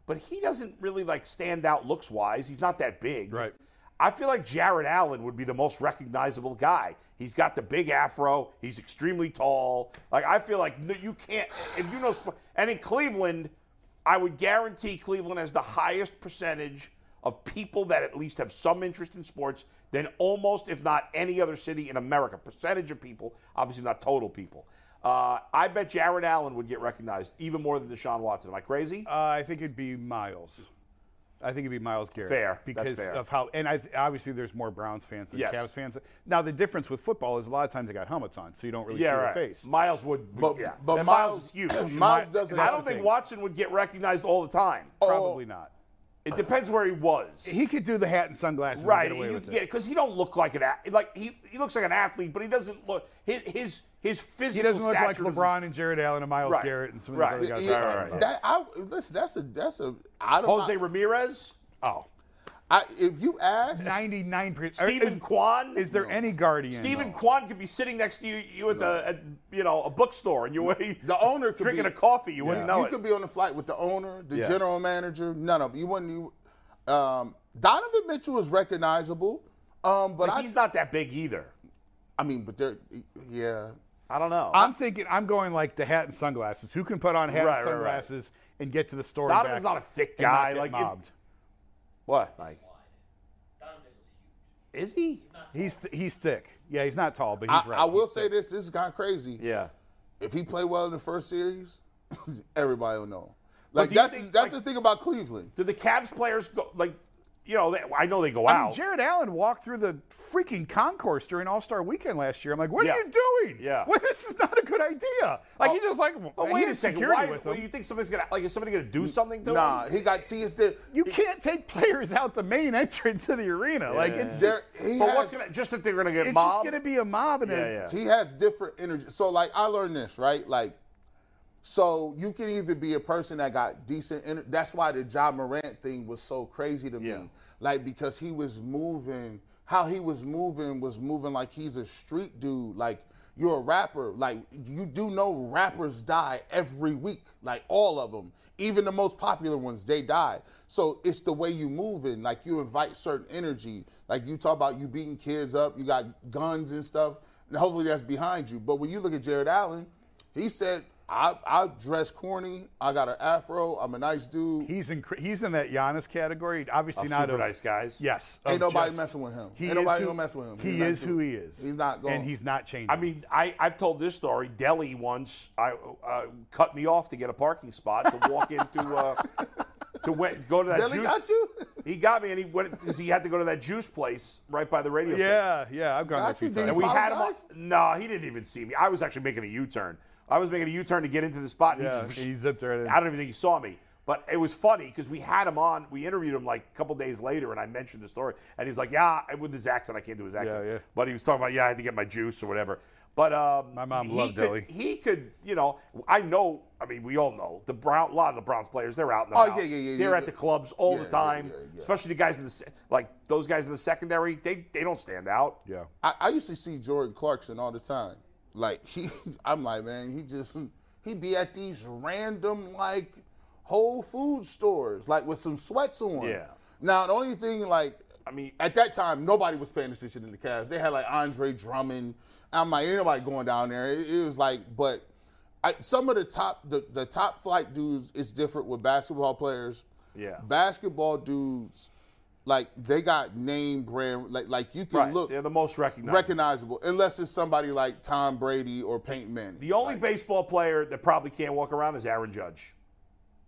S1: but he doesn't really like stand out looks wise. He's not that big.
S4: Right.
S1: I feel like Jared Allen would be the most recognizable guy. He's got the big afro. He's extremely tall. Like I feel like no, you can't if you know. sp- And in Cleveland, I would guarantee Cleveland has the highest percentage of people that at least have some interest in sports than almost, if not any other city in America. Percentage of people, obviously not total people. Uh, I bet Jared Allen would get recognized even more than Deshaun Watson. Am I crazy?
S4: Uh, I think it'd be Miles. I think it'd be Miles Garrett.
S1: Fair. That's
S4: Because
S1: fair.
S4: of how, and I, obviously there's more Browns fans than
S1: Yes.
S4: Cavs fans. Now, the difference with football is a lot of times they got helmets on, so you don't really see their face.
S1: Miles would,
S3: But-
S1: yeah.
S3: but
S1: That
S3: Miles-
S1: is huge.
S3: Miles
S1: Mi-
S3: doesn't-
S1: I
S3: that's
S1: don't
S3: the
S1: think
S3: thing.
S1: Watson would get recognized all the time.
S4: Probably not.
S1: It depends where he was.
S4: He could do the hat and sunglasses. and
S1: right,
S4: get away
S1: you
S4: with
S1: get
S4: it.
S1: because he don't look like an ath- like he he looks like an athlete, but he doesn't look his his his physical.
S4: He doesn't look like
S1: stature doesn't-
S4: LeBron and Jared Allen and Miles
S1: Right.
S4: Garrett and some of
S1: Right.
S4: those other guys.
S3: Yeah,
S1: All right, right.
S3: that- I- listen, that's a that's a I don't
S1: Jose
S3: I,
S1: Ramirez,
S4: Oh,
S3: I- if you ask
S4: 99 percent.
S1: Stephen
S4: is,
S1: Kwan.
S4: Is there any guardian?
S1: Stephen Kwan could be sitting next to you, you at the at, you know a bookstore, and you
S3: the owner could
S1: drinking
S3: be,
S1: a coffee. You wouldn't know
S3: you
S1: it.
S3: could be on the flight with the owner, the
S1: Yeah.
S3: general manager, none of it. you wouldn't you um, Donovan Mitchell is recognizable. Um, but I,
S1: He's not that big either.
S3: I mean, but they're yeah.
S1: I don't know.
S4: I'm thinking. I'm going like the hat and sunglasses. Who can put on
S1: Right,
S4: hat
S1: right,
S4: and
S1: right.
S4: sunglasses and get to the store? and
S1: Donovan's
S4: back
S1: not a thick
S4: and not
S1: guy,
S4: get
S1: like, if-
S4: mobbed.
S1: what? Like, is he?
S4: He's th- he's thick. Yeah, he's not tall, but he's
S3: I,
S4: right.
S3: I will
S4: He's
S3: say
S4: thick.
S3: this: this is kind of crazy.
S1: Yeah.
S3: If he play well in the first series, everybody will know.
S1: But
S3: Like
S1: do you
S3: that's
S1: think,
S3: that's
S1: like-
S3: the thing about Cleveland.
S1: Do the Cavs players go like? You know, they, I know they go
S4: I
S1: out.
S4: mean, Jared Allen walked through the freaking concourse during All Star Weekend last year. I'm like, what
S1: Yeah.
S4: are you doing?
S1: Yeah.
S4: Well, this is not a good idea. Like,
S3: Oh,
S4: he just like,
S1: But
S4: he
S1: wait a
S4: had
S1: second.
S4: security
S1: why,
S4: with
S1: well,
S4: him.
S1: you think somebody's gonna like? Is somebody gonna do something to him?
S3: Nah, he got see, it's the
S4: You can't take players out the main entrance of the arena. Like, it's
S3: there.
S4: just,
S3: He
S1: But
S3: has,
S1: what's gonna just that they're gonna get
S4: it's just
S1: mobbed?
S4: going to be a mob. And a,
S1: yeah, yeah.
S3: he has different energy. So like I learned this, right? Like So you can either be a person that got decent. Inter- that's why the John Morant thing was so crazy to
S1: Yeah.
S3: me. Like because he was moving, how he was moving was moving like he's a street dude. Like you're a rapper. Like you do know rappers die every week. Like all of them, even the most popular ones, they die. So it's the way you move and like you invite certain energy. Like you talk about you beating kids up. You got guns and stuff. And hopefully that's behind you. But when you look at Jared Allen, he said. I, I dress corny. I got an afro. I'm a nice dude.
S4: He's in he's in that Giannis category. Obviously
S1: Of
S4: not
S1: super
S4: of-
S1: nice guys.
S4: Yes.
S3: Ain't
S4: of
S3: nobody messing with him. Ain't
S4: is
S3: nobody
S4: who-
S3: gonna mess with him. He's
S4: He
S3: not
S4: is
S3: too-
S4: who he is.
S3: he's not going.
S4: And he's not changing.
S1: I mean, I, I've told this story. Delhi once I uh, cut me off to get a parking spot to walk into uh, to we- go to that
S3: Deli
S1: juice.
S3: got you.
S1: He got me, and he went because he had to go to that juice place right by the radio station.
S4: yeah, yeah. I've gone there a
S3: Got you,
S4: few times.
S3: dude.
S1: And we had him. On,
S3: Apologize?
S1: no, he didn't even see me. I was actually making a U-turn. I was making a U-turn to get into the spot. And
S4: Yeah,
S1: he just,
S4: he zipped right in.
S1: I don't even think he saw me. But it was funny because we had him on. We interviewed him like a couple days later, and I mentioned the story. And he's like, "Yeah, I- with his accent, I can't do his accent."
S4: yeah.
S1: But he was talking about, "Yeah, I had to get my juice or whatever." But um,
S4: My mom
S1: he
S4: loved
S1: could-
S4: Dilly.
S1: He could, you know, I know. I mean, we all know the Brown. A lot of the Browns players, they're out. And
S3: Oh,
S1: about.
S3: yeah, yeah, yeah,
S1: They're
S3: yeah.
S1: at the clubs all
S3: Yeah,
S1: the
S3: yeah,
S1: time,
S3: yeah, yeah.
S1: especially the guys in the se- like those guys in the secondary. They they don't stand out.
S4: Yeah.
S3: I, I used to see Jordan Clarkson all the time. Like he, I'm like, man, he just he be at these random like Whole Food stores, like with some sweats on.
S1: Yeah.
S3: Now the only thing like
S1: I mean,
S3: at that time nobody was paying attention to the Cavs. They had like Andre Drummond. I'm like, ain't nobody going down there. It, it was like, but I, some of the top the, the top flight dudes is different with basketball players.
S1: Yeah.
S3: Basketball dudes, like they got name brand like like you can
S1: right?
S3: look
S1: they're the most recognized.
S3: recognizable unless it's somebody like Tom Brady or Peyton Manning.
S1: the only baseball player that probably can't walk around is Aaron Judge.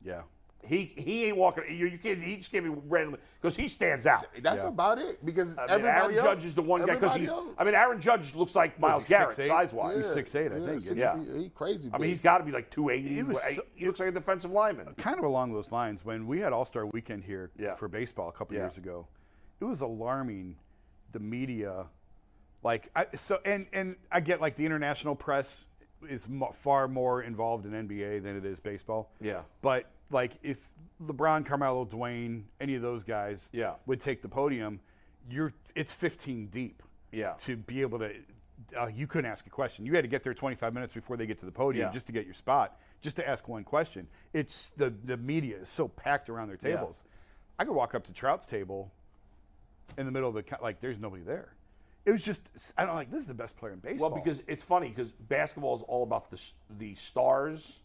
S4: Yeah.
S1: He he ain't walking. You, you can't. He just can't be randomly because he stands out.
S3: That's
S4: Yeah.
S3: about it because
S1: I mean,
S3: everybody
S1: Aaron
S3: else,
S1: Judge is the one guy because
S3: everybody
S1: he.
S3: else.
S1: I mean, Aaron Judge looks like Miles
S4: he,
S1: Garrett
S4: 6'8"?
S1: size wise.
S4: he's 6'8",, I think, isn't he?
S3: Yeah, 60 he crazy.
S1: I mean,
S3: big.
S1: he's got to be like 280.
S4: He
S1: He,
S4: was so-
S1: looks like a defensive lineman.
S4: kind of along those lines, when we had All Star Weekend here
S1: Yeah.
S4: for baseball a couple
S1: Yeah.
S4: years ago, it was alarming. The media, like, I, so and and I get like the international press is mo- far more involved in NBA than it is baseball.
S1: Yeah.
S4: But like, if LeBron, Carmelo, Dwayne, any of those guys,
S1: Yeah.
S4: would take the podium, you're it's 15 deep.
S1: Yeah.
S4: To be able to. Uh, you couldn't ask a question. You had to get there 25 minutes before they get to the podium
S1: Yeah.
S4: just to get your spot, just to ask one question. It's the the media is so packed around their tables. I could walk up to Trout's table in the middle of the co- like. There's nobody there. It was just I don't like this is the best player in baseball.
S1: Well, because it's funny because basketball is all about the s- the stars,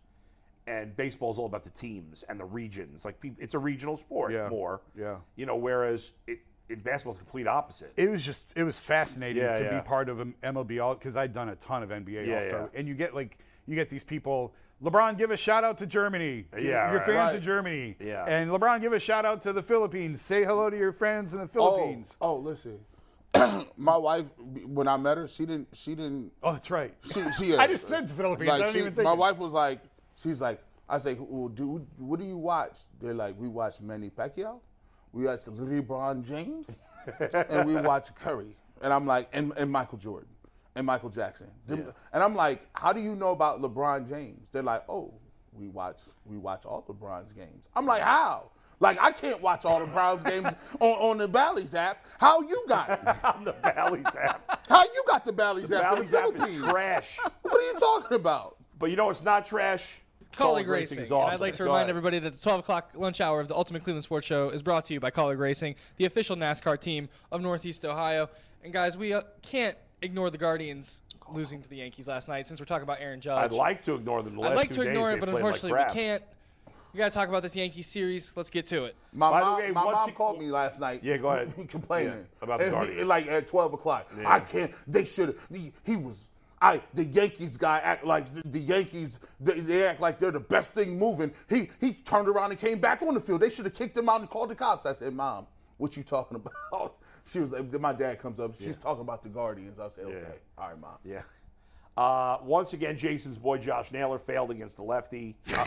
S1: and baseball is all about the teams and the regions. Like peop- it's a regional sport
S4: Yeah.
S1: more.
S4: Yeah.
S1: You know, whereas it in basketball is the complete opposite.
S4: it was just it was fascinating
S1: Yeah,
S4: to
S1: yeah.
S4: be part of an MLB all because I'd done a ton of NBA
S1: Yeah,
S4: All Star,
S1: yeah.
S4: and you get like you get these people. LeBron, give a shout out to Germany. Your-
S1: Yeah,
S4: your
S1: right.
S4: fans
S3: Right.
S4: in Germany.
S1: Yeah.
S4: and LeBron, give a shout out to the Philippines. Say hello to your friends in the Philippines.
S3: Oh, oh, listen. My wife, when I met her, she didn't. She didn't.
S4: Oh, that's right.
S3: She, she
S4: I just said the Philippines.
S3: Like
S4: I don't
S3: she-
S4: even think.
S3: my
S4: it-
S3: wife was like, she's like, I say, well, dude, what do you watch? They're like, we watch Manny Pacquiao, we watch LeBron James, and we watch Curry. And I'm like, and, and Michael Jordan, and Michael Jackson. Them- And I'm like, how do you know about LeBron James? They're like, oh, we watch we watch all LeBron's games. I'm like, how? Like I can't watch all the Browns games on, on the Bally's app. How you got it?
S1: on the Valley's app.
S3: How you got the Bally's app? for
S1: Valley's
S3: the
S1: app is
S3: Philippines?
S1: trash.
S3: What are you talking about?
S1: But you know it's not trash.
S2: Colleague Racing.
S1: is awesome.
S2: And I'd like to
S1: Go
S2: remind
S1: ahead.
S2: everybody that the 12 o'clock lunch hour of the Ultimate Cleveland Sports Show is brought to you by Colleague Racing, the official NASCAR team of Northeast Ohio. And guys, we uh, can't ignore the Guardians losing to the Yankees last night since we're talking about Aaron Judge.
S1: I'd like to ignore them. The
S2: I'd
S1: last
S2: like
S1: two
S2: to ignore
S1: days, they
S2: it, but
S1: played like
S2: unfortunately
S1: crap.
S2: we can't. We got to talk about this Yankees series. Let's get to it.
S3: My
S1: By the
S3: mom,
S1: way,
S3: my
S1: once
S3: mom
S1: you-
S3: called me last night.
S1: Yeah, go ahead.
S3: complaining
S1: Yeah, about the
S3: And he-
S1: Guardians.
S3: like at twelve o'clock.
S1: Yeah.
S3: I can't. They should. He, he was. I the Yankees guy act like the, the Yankees. They, they act like they're the best thing moving. He he turned around and came back on the field. They should have kicked him out and called the cops. I said, Mom, what you talking about? She was. like- My dad comes up. She's talking about the Guardians. I said, Okay, all right, Mom.
S1: Yeah. Uh, once again, Jason's boy Josh Naylor failed against the lefty. Uh,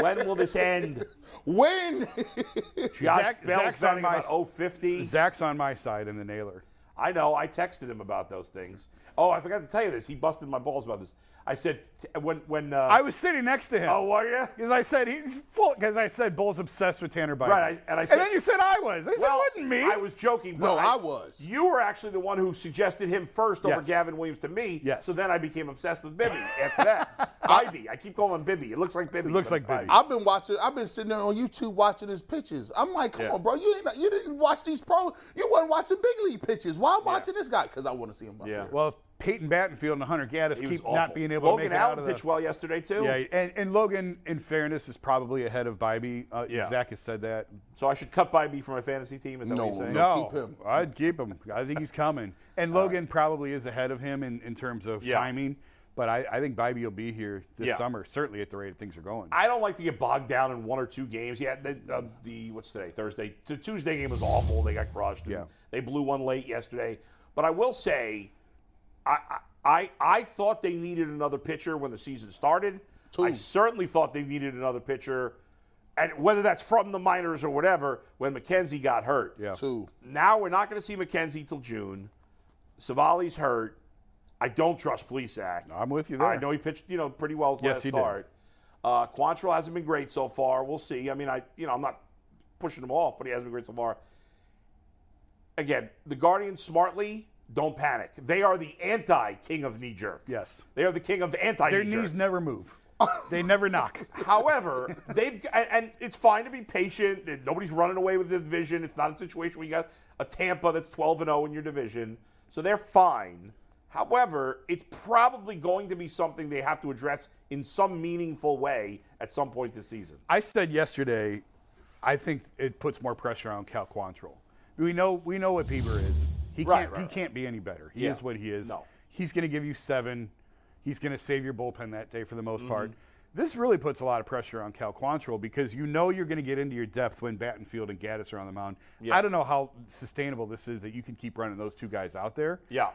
S1: when will this end?
S3: When?
S1: Josh
S4: Zach-
S1: Bell's
S4: Zach's
S1: batting
S4: on my
S1: about 050.
S4: Zach's on my side in the nailer.
S1: I know. I texted him about those things. Oh, I forgot to tell you this. He busted my balls about this. I I said t- when when uh, I
S4: I was sitting next to him.
S1: Oh, were you?
S4: Because I said he's full. Because I said Bull's obsessed with Tanner Biden.
S1: Right, I- and I said-
S4: then you said I was. I said it wasn't me.
S1: I was joking. but
S3: No, I was.
S1: You were actually the one who suggested him first over
S4: Yes.
S1: Gavin Williams to me.
S4: Yes.
S1: So then I became obsessed with Bibby. After that, Bibby. I keep calling him Bibby. It looks like Bibby.
S4: It looks
S1: but
S4: like
S1: it's
S4: Bibby.
S3: I've been watching. I've been sitting there on YouTube watching his pitches. I'm like, come
S1: Yeah.
S3: on, bro, you ain't, you didn't watch these pro. You wasn't watching big league pitches. Why I'm watching this guy? Because I want to see him. Up
S1: Yeah.
S3: there.
S4: well, if Peyton Battenfield and Hunter Gaddis
S1: He was
S4: keep
S1: awful.
S4: not being able
S1: Logan
S4: to make it
S1: Allen
S4: out of the.
S1: pitched well yesterday too.
S4: Yeah, and, and Logan, in fairness, is probably ahead of Bybee. Uh,
S1: Yeah.
S4: Zach has said that.
S1: So I should cut Bibby from my fantasy team. Is that what
S3: No,
S1: you're saying?
S3: no.
S4: No,
S3: keep him.
S4: I'd keep him. I think he's coming. And Logan probably is ahead of him in, in terms of
S1: Uh, Yeah.
S4: timing. But I, I think Bybee will be here this
S1: Yeah.
S4: summer, certainly at the rate things are going.
S1: I don't like to get bogged down in one or two games. Yeah, the, um, the what's today? Thursday. The Tuesday game was awful. They got crushed. and
S4: Yeah.
S1: They blew one late yesterday. But I will say, I I I- I thought they needed another pitcher when the season started. I certainly thought they needed another pitcher, and whether that's from the minors or whatever, when McKenzie got hurt.
S4: Yeah.
S3: Two.
S1: Now we're not going to see McKenzie till June. Savali's hurt. I don't trust Plesac.
S4: I'm with you there.
S1: I know he pitched, you know, pretty well his
S4: Yes,
S1: last
S4: he did.
S1: start. Uh, Quantrill hasn't been great so far. We'll see. I mean, I, you know, I'm not pushing him off, but he hasn't been great so far. Again, the Guardians smartly don't panic. They are the anti king of knee jerk.
S4: Yes.
S1: they are the king of anti
S4: Their
S1: knee jerk.
S4: knees never move. they never knock.
S1: However, they've and, and it's fine to be patient. that Nobody's running away with the division. It's not a situation where you got a Tampa that's 12 and 0 in your division, so they're fine. However, it's probably going to be something they have to address in some meaningful way at some point this season.
S4: I said yesterday, I think it puts more pressure on Cal Quantrill. We know we know what Bieber is. He
S1: Right,
S4: can't
S1: right,
S4: he
S1: right.
S4: can't be any better. He
S1: Yeah.
S4: is what he is.
S1: No.
S4: He's going to give you seven. He's going to save your bullpen that day for the most part.
S1: Mm-hmm.
S4: This really puts a lot of pressure on Cal Quantrill because you know you're going to get into your depth when Battenfield and Gaddis are on the mound. I don't know how sustainable this is that you can keep running those two guys out there.
S1: Yeah,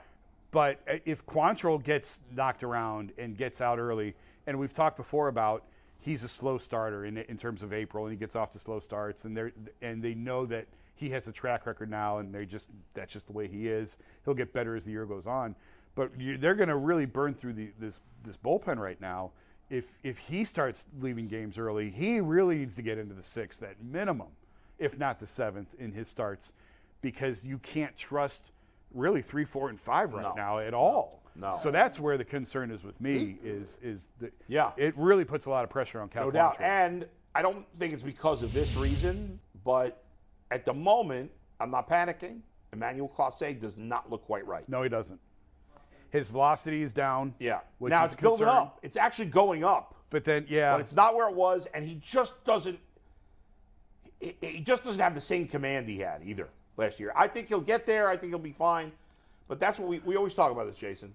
S4: But uh, if Quantrill gets knocked around and gets out early, and we've talked before about he's a slow starter in, in terms of April, and he gets off to slow starts, and they and they know that he has a track record now, and they just that's just the way he is. He'll get better as the year goes on, but you, they're going to really burn through the, this this bullpen right now. If if he starts leaving games early, he really needs to get into the sixth at minimum, if not the seventh in his starts, because you can't trust really three, four, and five right now at all.
S1: No.
S4: So that's where the concern is with me is is the,
S1: Yeah.
S4: It really puts a lot of pressure on Cal.
S1: no doubt.
S4: Quantrill.
S1: And I don't think it's because of this reason, but at the moment, I'm not panicking. Emmanuel Classe does not look quite right.
S4: no, he doesn't. His velocity is down.
S1: Yeah.
S4: Which
S1: now
S4: is
S1: it's
S4: a
S1: building
S4: concern.
S1: up. It's actually going up.
S4: But then yeah.
S1: but it's not where it was, and he just doesn't. He, he just doesn't have the same command he had either last year. I think he'll get there. I think he'll be fine. But that's what we, we always talk about this, Jason.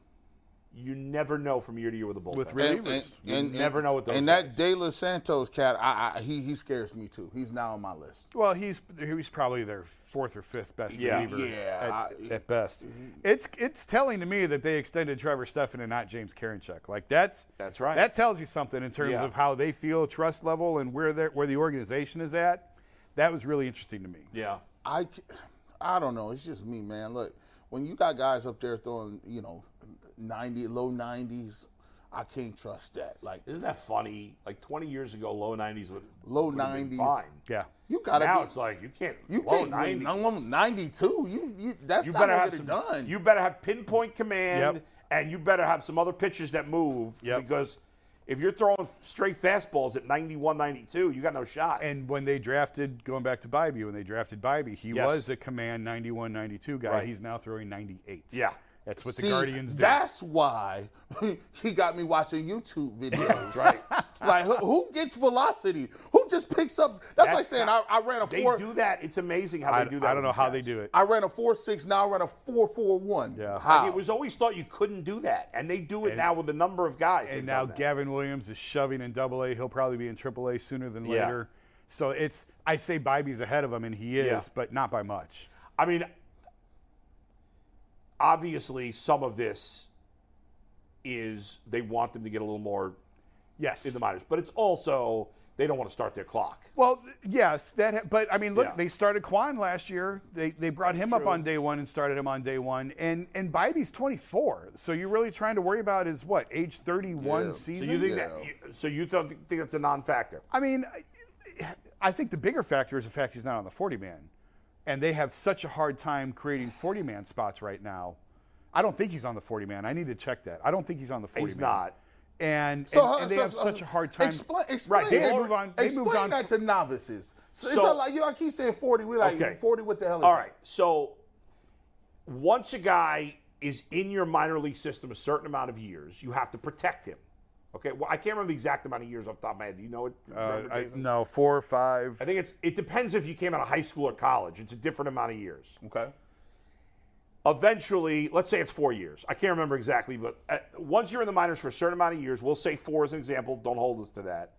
S1: You never know from year to year with the bullpen.
S4: With
S3: And,
S4: relievers.
S3: and,
S1: You
S3: and-
S1: never know what those
S3: And
S1: guys-
S3: that De Los Santos cat, I, I, he he scares me too. He's now on my list.
S4: Well, he's he's probably their fourth or fifth best
S1: Yeah.
S4: reliever
S3: Yeah,
S4: at,
S3: I-
S4: at best. It's it's telling to me that they extended Trevor Stefan and not James Karinchuk. Like that's
S1: That's right.
S4: That tells you something in terms
S1: Yeah.
S4: of how they feel, trust level, and where they're- where the organization is at. That was really interesting to me.
S1: yeah,
S3: I, c- I don't know. It's just me, man. Look, when you got guys up there throwing, you know, 90, low 90s, I can't trust that. Like
S1: isn't that funny? Like 20 years ago, low 90s would
S3: Low
S1: would have been
S3: 90s.
S1: Fine.
S4: Yeah.
S3: you gotta.
S1: now
S3: be-
S1: it's like you can't.
S3: you
S1: low
S3: can't. 90s.
S1: 90s.
S3: 92. You you. That's
S1: You
S3: not
S1: better
S3: gonna
S1: have
S3: get
S1: some.
S3: it done.
S1: You better have pinpoint command,
S4: Yep.
S1: and you better have some other pitches that move.
S4: Yep.
S1: Because if you're throwing straight fastballs at 91, 92, you got no shot.
S4: And when they drafted, going back to Bybee, when they drafted Bybee, he
S1: Yes.
S4: was a command 91, 92 guy.
S1: Right.
S4: He's now throwing 98.
S1: Yeah.
S4: That's what
S3: See,
S4: the Guardians do.
S3: That's why he got me watching YouTube videos. right. Like who, who gets velocity? Who just picks up? That's, like
S1: That's
S3: saying
S1: how-
S3: I, I ran a
S1: They
S3: four.
S1: do that. It's amazing how
S4: I,
S1: they do that.
S4: I
S1: with
S4: don't know
S1: these
S4: how
S1: guys.
S4: they do it.
S3: I ran a four six. Now I run a four four one.
S4: Yeah.
S3: How?
S1: It was always thought you couldn't do that, and they do it
S4: And-
S1: now with a number of guys. They've
S4: And now
S1: done that.
S4: Gavin Williams is shoving in double A. He'll probably be in triple A sooner than
S1: Yeah.
S4: later. So it's I say Bybee's ahead of him and he is,
S1: Yeah.
S4: but not by much.
S1: I mean, obviously, some of this is they want them to get a little more
S4: Yes.
S1: in the minors, but it's also they don't want to start their clock.
S4: Well, th- yes, that. ha- But I mean, look,
S1: Yeah.
S4: they started Quan last year. They they brought him up on day one and started him on day one. And and Bybee's 24, so you're really trying to worry about is what age 31
S3: Yeah. So
S4: season.
S1: So you think that?
S3: Yeah.
S1: you- So you don't think that's a non-factor?
S4: I mean, I- I think the bigger factor is the fact he's not on the 40 man. And they have such a hard time creating 40 man spots right now. I don't think he's on the 40 man. I need to check that. I don't think he's on the 40
S1: He's
S4: man.
S1: not. uh,
S4: And,
S3: how-
S4: and, and they have such a hard time.
S3: Explain, explain,
S4: right, they
S3: that-
S4: move on. They
S3: explain
S4: moved on.
S3: that to novices. So, it's
S1: So-
S3: not like you all keep saying forty. We like
S1: Okay.
S3: forty. What the hell? Is
S1: All
S3: that?
S1: right. So once a guy is in your minor league system a certain amount of years, you have to protect him. Okay. Well, I can't remember the exact amount of years off the top of my head. Do you know it?
S4: Uh,
S1: remember,
S4: I,
S1: Jason?
S4: no, four or five.
S1: I think it's. It depends if you came out of high school or college. It's a different amount of years.
S3: Okay.
S1: eventually, let's say it's four years. I can't remember exactly, but uh once you're in the minors for a certain amount of years, we'll say four as an example. Don't hold us to that.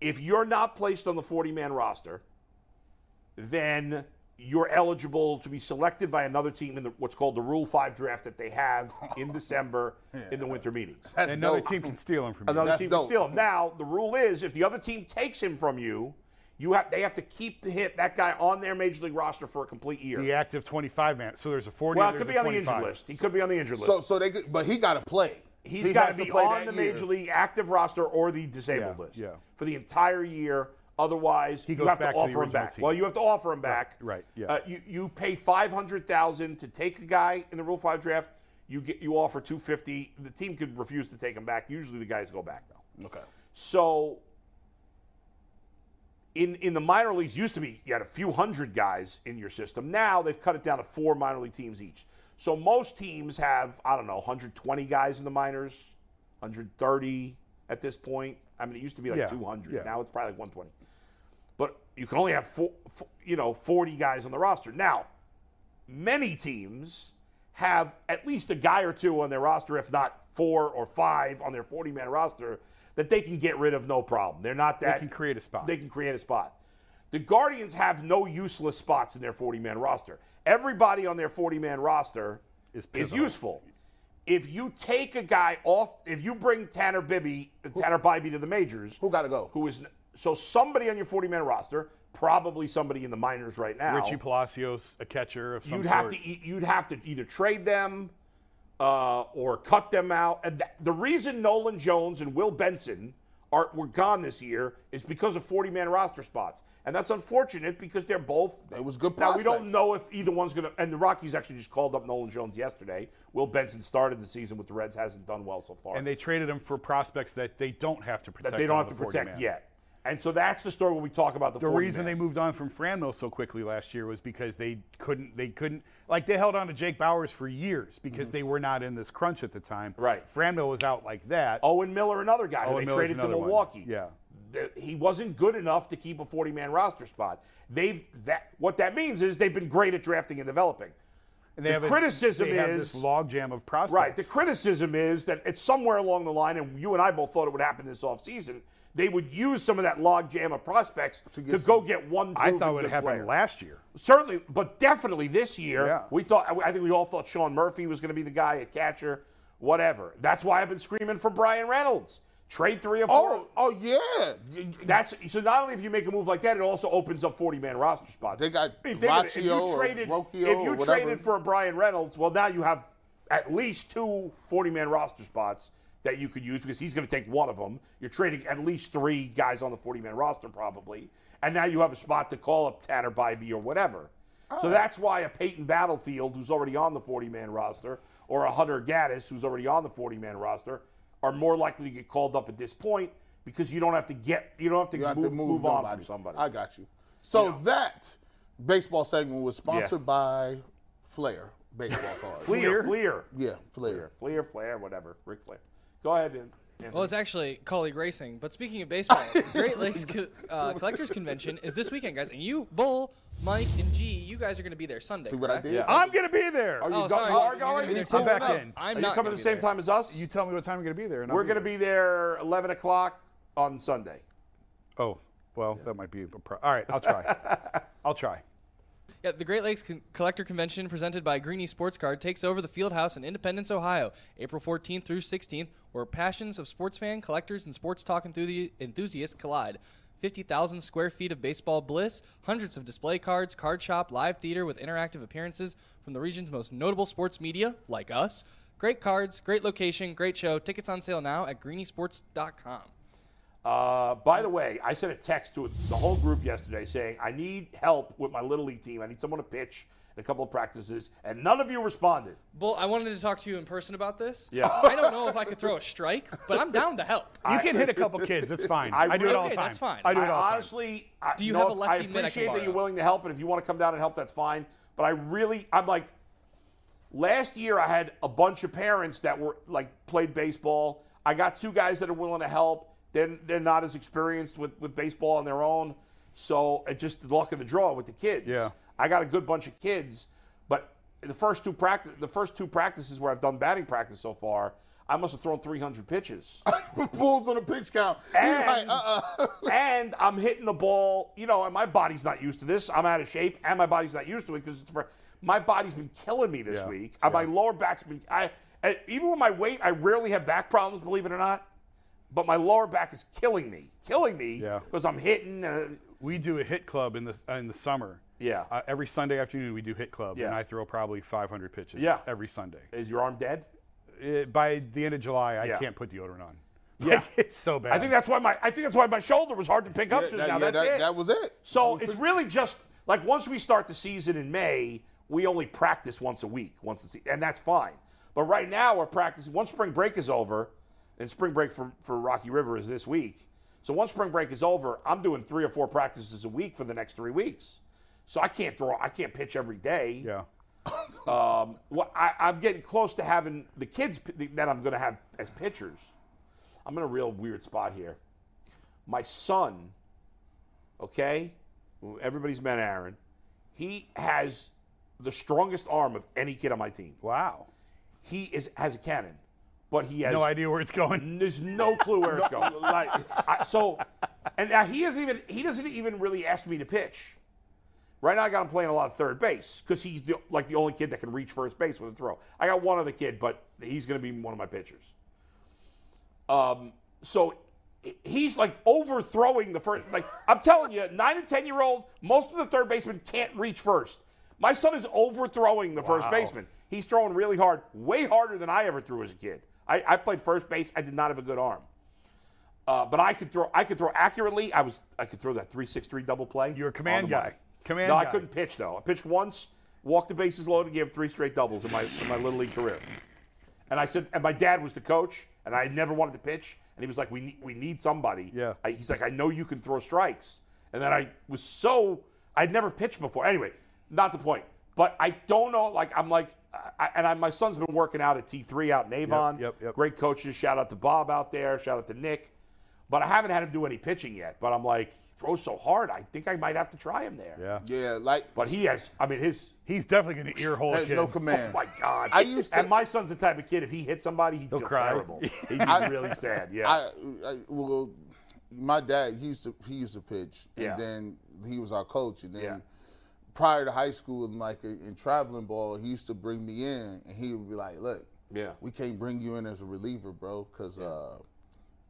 S1: If you're not placed on the 40 man roster, then you're eligible to be selected by another team in the, what's called the Rule 5 draft that they have in December in the winter meetings.
S3: That's
S4: Another
S3: dope.
S4: team can steal him from you.
S1: Another
S3: That's
S1: team can
S3: dope.
S1: steal him. Now, the rule is if the other team takes him from you, you have they have to keep the hit, that guy on their major league roster for a complete year.
S4: the active 25 man. So there's a 40.
S1: Well, it
S4: there's
S1: could
S4: a
S1: be on the injured
S4: 25.
S1: list. He could be on the injured list.
S3: So, so they, could, but he got to play.
S1: He's
S3: He
S1: got
S3: has
S1: to be
S3: play
S1: on the
S3: that
S1: major
S3: year.
S1: league active roster or the disabled
S4: Yeah,
S1: list
S4: yeah.
S1: for the entire year. Otherwise,
S4: He
S1: you
S4: goes
S1: have
S4: back
S1: to
S4: to the
S1: offer him
S4: original
S1: back.
S4: team.
S1: Well, you have to offer him back.
S4: right, yeah.
S1: Uh, you you pay five hundred thousand to take a guy in the Rule Five draft. You get you offer two fifty. The team could refuse to take him back. Usually, the guys go back though.
S3: Okay.
S1: So in in the minor leagues used to be you had a few hundred guys in your system. Now they've cut it down to four minor league teams each. So most teams have I don't know 120 guys in the minors, 130 at this point. I mean it used to be like
S4: Yeah,
S1: 200.
S4: yeah.
S1: Now it's probably like 120. But you can only have four, four, you know 40 guys on the roster. Now many teams have at least a guy or two on their roster, if not four or five on their 40 man roster, that they can get rid of no problem. They're not that.
S4: They can create a spot.
S1: They can create a spot. The Guardians have no useless spots in their 40 man roster. Everybody on their 40 man roster
S4: Is
S1: is,
S4: pivotal.
S1: useful. If you take a guy off, if you bring Tanner Bibby, Tanner Bibby to the majors,
S3: Who got to go?
S1: who is so somebody on your 40 man roster, probably somebody in the minors right now
S4: Richie Palacios, a catcher of some
S1: you'd
S4: sort.
S1: have to e- you'd have to either trade them uh, or cut them out. And th- the reason Nolan Jones and Will Benson are were gone this year is because of 40-man roster spots, and that's unfortunate because they're both.
S3: They was good
S1: Now we don't
S3: prospects.
S1: know if either one's going to. And the Rockies actually just called up Nolan Jones yesterday. Will Benson started the season with the Reds, hasn't done well so far
S4: and they traded him for prospects that they don't have to protect.
S1: that they don't
S4: on
S1: have to
S4: the 40
S1: protect
S4: man.
S1: yet. And so that's the story when we talk about the.
S4: The
S1: 40
S4: reason
S1: man.
S4: they moved on from Franmil so quickly last year was because they couldn't. They couldn't. Like they held on to Jake Bowers for years because they were not in this crunch at the time.
S1: Mm-hmm. Right.
S4: Franmil was out like that.
S1: Owen Miller, another guy who
S4: Owen
S1: they
S4: Miller's
S1: traded to
S4: another one.
S1: Milwaukee.
S4: Yeah.
S1: Th- He wasn't good enough to keep a 40-man roster spot. They've that what that means is they've been great at drafting and developing.
S4: and they
S1: the
S4: have a-
S1: criticism
S4: they have this
S1: is-
S4: logjam of prospects.
S1: Right. The criticism is that it's somewhere along the line, and you and I both thought it would happen this offseason, they would use some of that logjam of prospects to,
S3: get
S1: go get one.
S4: I
S1: proven
S4: thought it would
S1: good
S4: happen
S1: player.
S4: last year.
S1: Certainly, but definitely this year,
S4: Yeah.
S1: we thought. I- I think we all thought Sean Murphy was going to be the guy at catcher, whatever. That's why I've been screaming for Brian Reynolds. Trade three or four.
S3: Oh, oh yeah. Y- y-
S1: That's so. Not only if you make a move like that, it also opens up forty-man roster spots.
S3: They got
S1: I mean, think of it.
S3: Rocchio or Rocchio
S1: if you
S3: or whatever.
S1: traded for a Brian Reynolds, well, now you have at least two 40-man roster spots that you could use because he's going to take one of them. You're trading at least three guys on the 40-man roster probably, and now you have a spot to call up Tanner Bybee or whatever. So that's why a Peyton Battlefield, who's already on the 40-man roster, or a Hunter Gaddis, who's already on the 40-man roster, are more likely to get called up at this point because you don't have to get you don't have to
S3: You have
S1: move,
S3: to move,
S1: move on from
S3: nobody.
S1: somebody.
S3: I got you. So that baseball segment was sponsored
S1: Yeah.
S3: by Flair baseball cards.
S1: Fleer, Fleer.
S3: Yeah, Flair.
S1: Flair, Flair, Flair, whatever. Rick Flair. Go ahead and.
S2: Well, it's actually colleague racing. But speaking of baseball, Great Lakes co- uh, Collectors Convention is this weekend, guys. And you, Bull, Mike, and G, you guys are going to be there Sunday.
S3: See what I
S2: correct?
S3: did?
S4: I'm gonna be there.
S1: Are you
S2: Oh,
S1: go-
S2: sorry.
S1: you are
S2: you're gonna be
S1: going?
S2: there
S4: I'm
S2: too.
S4: back in.
S2: I'm
S1: Are you
S2: not
S1: coming
S2: gonna
S1: at the
S2: be
S1: same
S2: there.
S1: time as us?
S4: You tell me what time you're gonna be there. and I'll
S1: We're going to
S4: there.
S1: be there 11 o'clock on Sunday.
S4: Oh, well, that might be. A pro- All right, I'll try. I'll try.
S2: Yeah, the Great Lakes Con- Collector Convention presented by Greeny Sports Card takes over the Fieldhouse in Independence, Ohio, April 14th through 16th. where passions of sports fan, collectors, and sports talk enthu- enthusiasts collide. 50,000 square feet of baseball bliss, hundreds of display cards, card shop, live theater with interactive appearances from the region's most notable sports media, like us. Great cards, great location, great show. Tickets on sale now at greenysports.com.
S1: Uh, by the way, I sent a text to the whole group yesterday saying, I need help with my Little League team. I need someone to pitch in a couple of practices. And none of you responded.
S2: Bull, I wanted to talk to you in person about this.
S1: Yeah.
S2: I don't know if I could throw a strike, but I'm down to help.
S4: You can hit a couple kids. It's fine.
S1: I
S4: I, do it all
S2: really-
S4: the time.
S2: that's fine.
S4: I do it
S1: I
S4: all the time.
S1: honestly, I,
S2: Do you
S1: no,
S2: have a lefty
S1: I
S2: mid I can
S1: appreciate that
S2: borrow?
S1: you're willing to help, and if you want to come down and help, that's fine. But I really, I'm like, last year I had a bunch of parents that were like played baseball. I got two guys that are willing to help. Then they're not as experienced with with baseball on their own, so it's just the luck of the draw with the kids.
S4: Yeah.
S1: I got a good bunch of kids, but the first two practice, the first two practices where I've done batting practice so far, I must have thrown 300 pitches.
S3: Bulls on a pitch count. He's
S1: And-
S3: like, uh-uh.
S1: and I'm hitting the ball, you know, and my body's not used to this. I'm out of shape, and my body's not used to it because it's for my body's been killing me this
S4: Yeah,
S1: week. Uh, My lower back's been. I uh, even with my weight, I rarely have back problems, believe it or not. But my lower back is killing me, killing me
S4: Yeah.
S1: because I'm hitting. Uh,
S4: we do a hit club in the uh, in the summer.
S1: Yeah.
S4: Uh, every Sunday afternoon we do hit club,
S1: Yeah.
S4: and I throw probably 500 pitches.
S1: Yeah.
S4: Every Sunday.
S1: is your arm dead?
S4: Uh, by the end of July, I
S1: Yeah.
S4: can't put deodorant on.
S1: Yeah.
S4: Like, it's so bad.
S1: I think that's why my I think that's why my shoulder was hard to pick up
S3: Yeah,
S1: to
S3: that,
S1: now.
S3: yeah,
S1: that's
S3: that-
S1: it.
S3: that was it.
S1: So it's really just like once we start the season in May, we only practice once a week, once a se- and that's fine. But right now we're practicing. Once spring break is over, and spring break for for Rocky River is this week. So once spring break is over, I'm doing three or four practices a week for the next three weeks. So I can't throw. I can't pitch every day.
S4: Yeah.
S1: Um, well, I, I'm getting close to having the kids p- that I'm going to have as pitchers. I'm in a real weird spot here. My son, okay, who everybody's met Aaron. He has the strongest arm of any kid on my team.
S4: Wow.
S1: He is has a cannon, but he has
S4: No idea where it's going.
S1: there's no clue where it's going. Like, I, so, and now he isn't even he doesn't even really ask me to pitch. Right now, I got him playing a lot of third base because he's the, like the only kid that can reach first base with a throw. I got one other kid, but he's going to be one of my pitchers. Um, so he- he's like overthrowing the first. Like I'm telling you, nine and ten year old, most of the third basemen can't reach first. My son is overthrowing the first baseman. He's throwing really hard, way harder than I ever threw as a kid. I, I played first base. I did not have a good arm, uh, but I could throw. I could throw accurately. I was. I could throw that three six three double play.
S4: You're a
S1: on
S4: command
S1: the money.
S4: guy. Command
S1: No, I
S4: guy.
S1: couldn't pitch though. I pitched once, walked the bases loaded, gave him three straight doubles in my in my little league career. And I said, and my dad was the coach, and I never wanted to pitch. And he was like, we need, we need somebody.
S4: Yeah.
S1: I, he's like, I know you can throw strikes. And then I was so, I'd never pitched before. Anyway, not the point. But I don't know, like, I'm like, I, and I, my son's been working out at T3 out in Avon.
S4: yep, yep.
S1: Great coaches. Shout out to Bob out there. Shout out to Nick. But I haven't had him do any pitching yet. But I'm like, he throws so hard, I think I might have to try him there.
S4: Yeah.
S3: Yeah, like
S1: But he has, I mean, his,
S4: He's definitely going to ear hole a
S3: has
S4: kid.
S3: no command.
S1: Oh my God!
S3: I used to-
S1: and my son's the type of kid if he hit somebody, he'd feel
S4: cry.
S1: terrible. He'd be really sad. Yeah.
S3: I, I well, my dad he used to he used to pitch, and
S1: Yeah.
S3: then he was our coach, and then.
S1: Yeah.
S3: Prior to high school and like in in traveling ball, he used to bring me in, and he would be like, "Look,
S1: Yeah.
S3: we can't bring you in as a reliever, bro, because uh,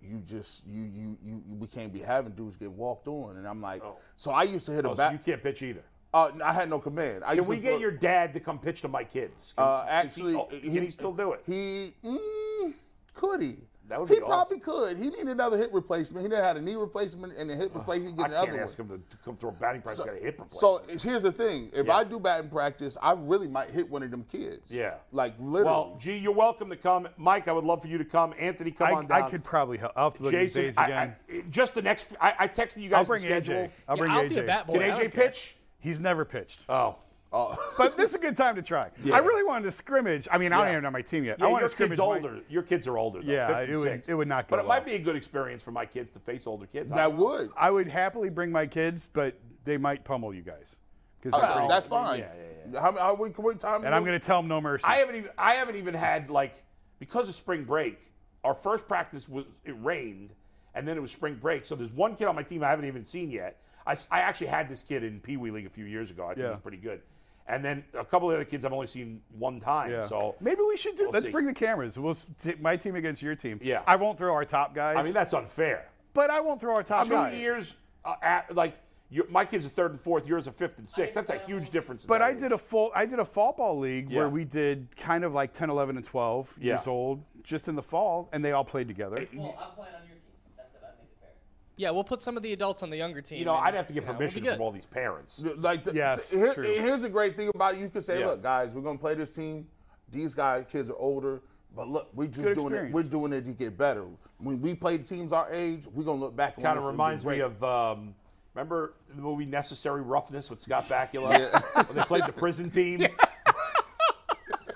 S3: you just you, you you you- we can't be having dudes get walked on." And I'm like, so I used to hit a
S1: Oh, so
S3: bat.
S1: you can't pitch either.
S3: uh, I had no command. I
S1: Can
S3: used
S1: we
S3: to
S1: get
S3: throw-
S1: your dad to come pitch to my kids? Can,
S3: Uh,
S1: is
S3: actually,
S1: he, oh, can he still do it?
S3: He mm, could he.
S1: That would
S3: he
S1: be
S3: probably
S1: awesome.
S3: could. He needed another hip replacement. He done had a knee replacement and a hip replacement. He
S1: I
S3: get another
S1: can't
S3: one.
S1: ask him to come throw a batting practice. got a hip replacement.
S3: So it's- here's the thing: if
S1: Yeah.
S3: I do batting practice, I really might hit one of them kids.
S1: Yeah.
S3: like literally.
S1: well, G, you're welcome to come. Mike, I would love for you to come. Anthony, come
S4: I,
S1: on down.
S4: I could probably help. I'll have to look
S1: Jason,
S4: at days
S1: I-
S4: again.
S1: I- just the next. I, I texted you
S4: I,
S1: guys
S4: will bring
S1: the schedule.
S4: AJ. I'll
S2: Yeah,
S4: bring
S2: I'll
S4: AJ.
S2: be a bat boy.
S1: Can
S2: I don't
S1: AJ
S2: care.
S1: pitch?
S4: He's never pitched.
S1: Oh,
S4: But this is a good time to try. I really wanted to scrimmage. I mean, I don't
S1: Yeah.
S4: even have my team yet.
S1: yeah,
S4: I want
S1: your
S4: to scrimmage.
S1: kids
S4: my-
S1: older. Your kids are older. Though,
S4: Yeah, it would-
S1: 56.
S4: it would not go
S1: But it
S4: well.
S1: might be a good experience for my kids to face older kids. I-
S3: that would.
S4: I would happily bring my kids, but they might pummel you guys. 'Cause
S3: Uh,
S4: they're pretty-
S3: that's fine.
S1: Oh, yeah, yeah,
S3: How, how, what, what time?
S4: and I'm going to tell them no mercy.
S1: I haven't even I haven't even had like because of spring break. Our first practice was it rained, and then it was spring break. So there's one kid on my team I haven't even seen yet. I, s- I actually had this kid in Pee Wee League a few years ago. I think
S4: Yeah.
S1: he's pretty good. And then a couple of the other kids I've only seen one time.
S4: Yeah.
S1: So
S4: maybe we should do.
S1: we'll
S4: let's
S1: see.
S4: bring the cameras. We'll s- take my team against your team.
S1: Yeah.
S4: I won't throw our top guys.
S1: I mean, that's unfair.
S4: But I won't throw our top
S1: Two
S4: guys.
S1: years uh, at like. Your, my kid's a third and fourth. Yours a fifth and sixth. That's a huge difference. in
S4: But
S1: that
S4: I
S1: age.
S4: did a full I did a fall ball league where
S1: Yeah.
S4: we did kind of like 10, 11, and 12
S1: Yeah.
S4: years old just in the fall, and they all played together.
S6: Well, I'm playing on your team. That's it. I made it fair.
S2: Yeah, we'll put some of the adults on the younger team.
S1: You know,
S2: and,
S1: I'd have to get
S2: you know, we'll be
S1: permission
S2: good.
S1: from all these parents.
S3: Like, the,
S4: Yes,
S3: so here-
S4: true.
S3: here's a great thing about it. You can say,
S1: Yeah.
S3: look, guys, we're gonna play this team. These guys, kids are older, but look, we're just
S4: good
S3: doing it. We're
S4: experience.
S3: doing it to get better. When we play teams our age, we're gonna look back. on
S1: Kind
S3: this
S1: of
S3: and be
S1: reminds me
S3: great.
S1: of um, remember the movie Necessary Roughness with Scott Bakula
S3: Yeah.
S1: when they played the prison team.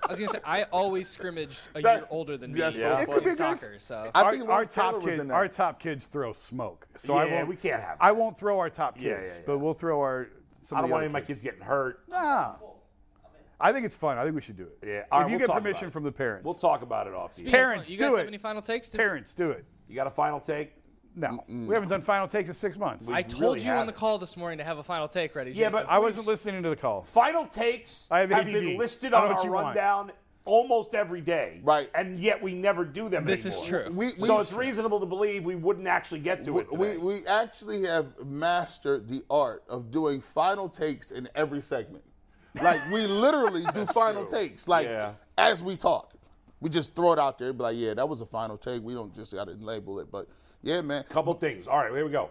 S2: I was gonna say I always scrimmaged a year
S3: That's-
S2: older than me.
S3: that's so
S2: in
S3: It could
S4: be a good
S2: soccer,
S4: ex-
S2: so
S3: I
S4: our,
S3: think
S4: our
S3: Lawrence Taylor
S4: top
S3: was
S4: kids,
S3: in that.
S4: our top kids throw smoke. So I
S1: Yeah,
S4: won't,
S1: we can't have
S4: I won't throw our top kids,
S1: Yeah, yeah, yeah.
S4: but we'll throw our. Some
S1: I
S4: of
S1: don't
S4: the
S1: want
S4: other
S1: any of my
S4: kids.
S1: kids getting hurt.
S4: Nah. I think it's fun. I think we should do it.
S1: Yeah,
S4: If
S1: all right,
S4: you
S1: we'll
S4: get
S1: talk about
S4: permission
S1: it.
S4: from the parents.
S1: We'll talk about it off. the air.
S4: Parents,
S2: you
S4: do
S2: guys have
S4: it.
S2: any final takes? To,
S4: Parents, do it.
S1: You got a final take?
S4: No, we haven't done final takes in six months.
S2: I
S4: I,
S2: told
S1: really
S2: you on
S1: have
S2: the
S1: it.
S2: call this morning to have a final take ready.
S1: Yeah,
S2: Jason.
S1: but-
S4: wasn't listening to the call.
S1: Final takes
S4: I have
S1: been
S4: ADD.
S1: listed
S4: I
S1: on
S4: don't know what
S1: our
S4: you want.
S1: rundown almost every day.
S3: Right.
S1: And yet we never do them
S2: This is
S1: anymore.
S2: true.
S3: We, we,
S1: so it's reasonable to believe we wouldn't actually get to
S3: we,
S1: it
S3: we,
S1: today.
S3: we actually have mastered the art of doing final takes in every segment. Like we literally do final takes, like
S1: Yeah.
S3: as we talk. We just throw it out there, be like, yeah, that was a final take. We don't just gotta label it, but yeah, man.
S1: couple things. All right, here we go.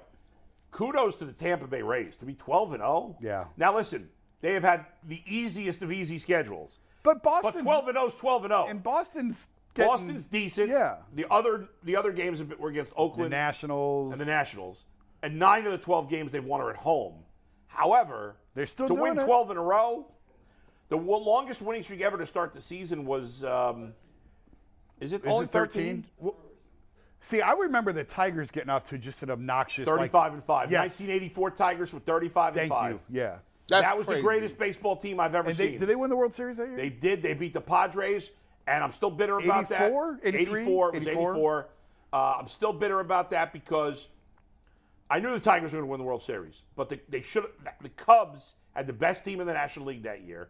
S1: Kudos to the Tampa Bay Rays to be 12 and 0.
S4: Yeah.
S1: Now listen, they have had the easiest of easy schedules. But
S4: But Boston's
S1: 12 and 0 is 12 and 0.
S4: and Boston's getting,
S1: Boston's decent.
S4: Yeah.
S1: The other the other games have been- were against
S4: the
S1: Oakland
S4: Nationals
S1: and the Nationals. And 9 of the 12 games they won are at home. However,
S4: They're still
S1: to
S4: doing
S1: win
S4: it.
S1: 12 in a row. The wo- longest winning streak ever to start the season was um, is it
S4: Is
S1: only
S4: it 13? Well, See, I remember the Tigers getting off to just an obnoxious like-
S1: 35 and 5.
S4: Yes.
S1: 1984 Tigers were 35
S4: Thank
S1: and 5.
S4: you. Yeah.
S3: That's
S1: that was
S3: crazy.
S1: the greatest baseball team I've ever
S4: And they,
S1: seen.
S4: did they win the World Series that year?
S1: They did. They beat the Padres, and I'm still bitter about that.
S4: 83?
S1: 84. It was
S4: 84.
S1: 84. Uh, I'm still bitter about that because I knew the Tigers were going to win the World Series, but the, they should. The Cubs had the best team in the National League that year.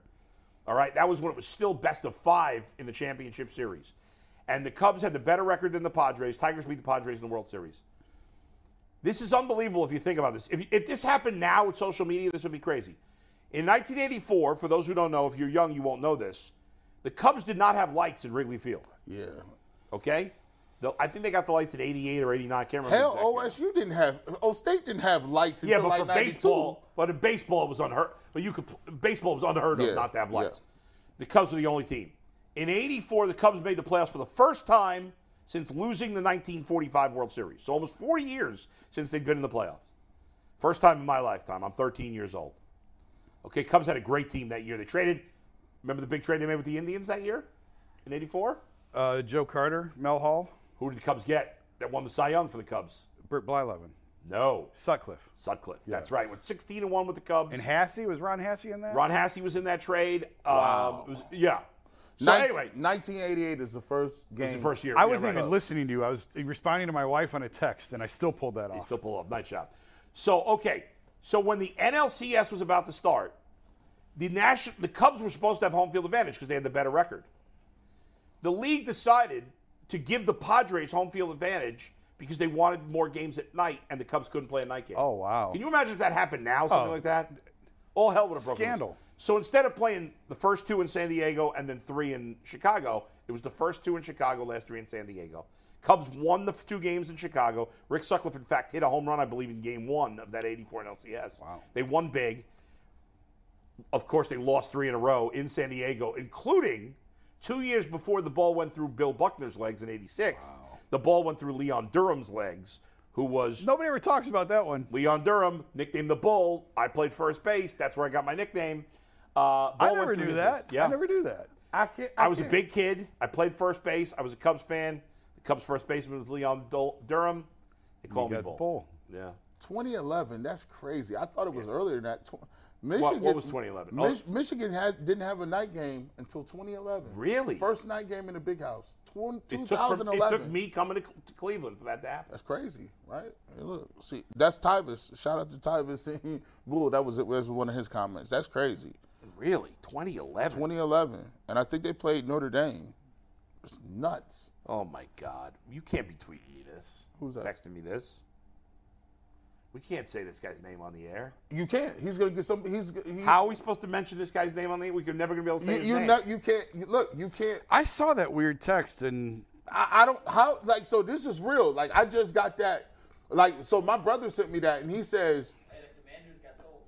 S1: All right, that was when it was still best of five in the championship series, and the Cubs had the better record than the Padres. Tigers beat the Padres in the World Series. This is unbelievable if you think about this. If, if this happened now with social media, this would be crazy. In 1984, for those who don't know, if you're young, you won't know this. The Cubs did not have lights in Wrigley Field.
S3: Yeah.
S1: Okay, The- I think they got the lights at 88 or 89. I can't remember.
S3: Hell,
S1: the exact year.
S3: OSU didn't have. O State didn't have lights
S1: Yeah, but
S3: until like
S1: for
S3: 92.
S1: baseball, but in baseball it was unheard. But you could baseball was unheard of
S3: Yeah,
S1: not to have
S3: yeah.
S1: lights. The Cubs were the only team. In '84, the Cubs made the playoffs for the first time since losing the 1945 World Series. So almost 40 years since they've been in the playoffs. First time in my lifetime. I'm 13 years old. Okay, Cubs had a great team that year. They traded. Remember the big trade they made with the Indians that year in '84?
S4: Uh, Joe Carter, Mel Hall,
S1: Who did the Cubs get that won the Cy Young for the Cubs?
S4: Bert Blyleven,
S1: No,
S4: Sutcliffe.
S1: Sutcliffe. That's right. Went 16 and one with the Cubs.
S4: And Hassey, was Ron Hassey in that?
S1: Ron Hassey was in that trade. Um, it was, yeah. So
S3: Nin-
S1: anyway, it
S3: 1988 is the first game.
S1: was the first year.
S4: I
S1: Yeah,
S4: wasn't
S1: right.
S4: even listening to you. I was responding to my wife on a text, and I still pulled that
S1: He
S4: off.
S1: still pull off night shot. So okay, so when the NLCS was about to start, the national the Cubs were supposed to have home field advantage because they had the better record. The league decided to give the Padres home field advantage because they wanted more games at night, and the Cubs couldn't play a night game.
S4: Oh, wow.
S1: Can you imagine if that happened now, something
S4: Oh.
S1: like that? All hell would have broken loose.
S4: Scandal.
S1: So instead of playing the first two in San Diego and then three in Chicago, it was the first two in Chicago, last three in San Diego. Cubs won the f- two games in Chicago. Rick Sutcliffe, in fact, hit a home run, I believe, in game one of that 84 in LCS. Wow. They won big. Of course, they lost three in a row in San Diego, including two years before the ball went through Bill Buckner's legs in 86. The ball went through Leon Durham's legs, who was
S4: Nobody ever talks about that one.
S1: Leon Durham, nicknamed the Bull. I played first base. That's where I got my nickname. Uh,
S4: I
S1: Bull went
S4: never
S1: through
S4: knew
S1: his list.
S4: that.
S1: Yeah.
S4: I never knew that.
S3: I, can't,
S1: I was a
S3: can't.
S1: big kid. I played first base. I was a Cubs fan. The Cubs first baseman was Leon Dul- Durham. They call me
S4: got the
S1: Bull.
S4: Bull.
S1: Yeah.
S3: 2011. That's crazy. I thought it was earlier than that. Tw- Michigan,
S1: what was 2011? Oh.
S3: Mich- Michigan had, didn't have a night game until 2011.
S1: Really?
S3: First night game in the big house. Tw-
S1: It took, from-
S3: 2011.
S1: it took me coming to, Cle- to Cleveland for that to happen.
S3: That's crazy, right? Hey, look, see, that's Tyvis. Shout out to Tyvis and Bull. That was it. Was one of his comments. That's crazy.
S1: Really? 2011?
S3: 2011, and I think they played Notre Dame. It's nuts.
S1: Oh my God! You can't be tweeting me this.
S3: Who's that?
S1: Texting me this. We can't say this guy's name on the air.
S3: You can't. He's gonna get some. He's he,
S1: How are we supposed to mention this guy's name on the air? We're never gonna be able to say
S3: You,
S1: his
S3: you
S1: name.
S3: not. You can't. you- Look. You can't.
S4: I saw that weird text and
S3: I, I don't how like so this is real. Like I just got that like so my brother sent me that and he says
S6: And the Commanders got sold.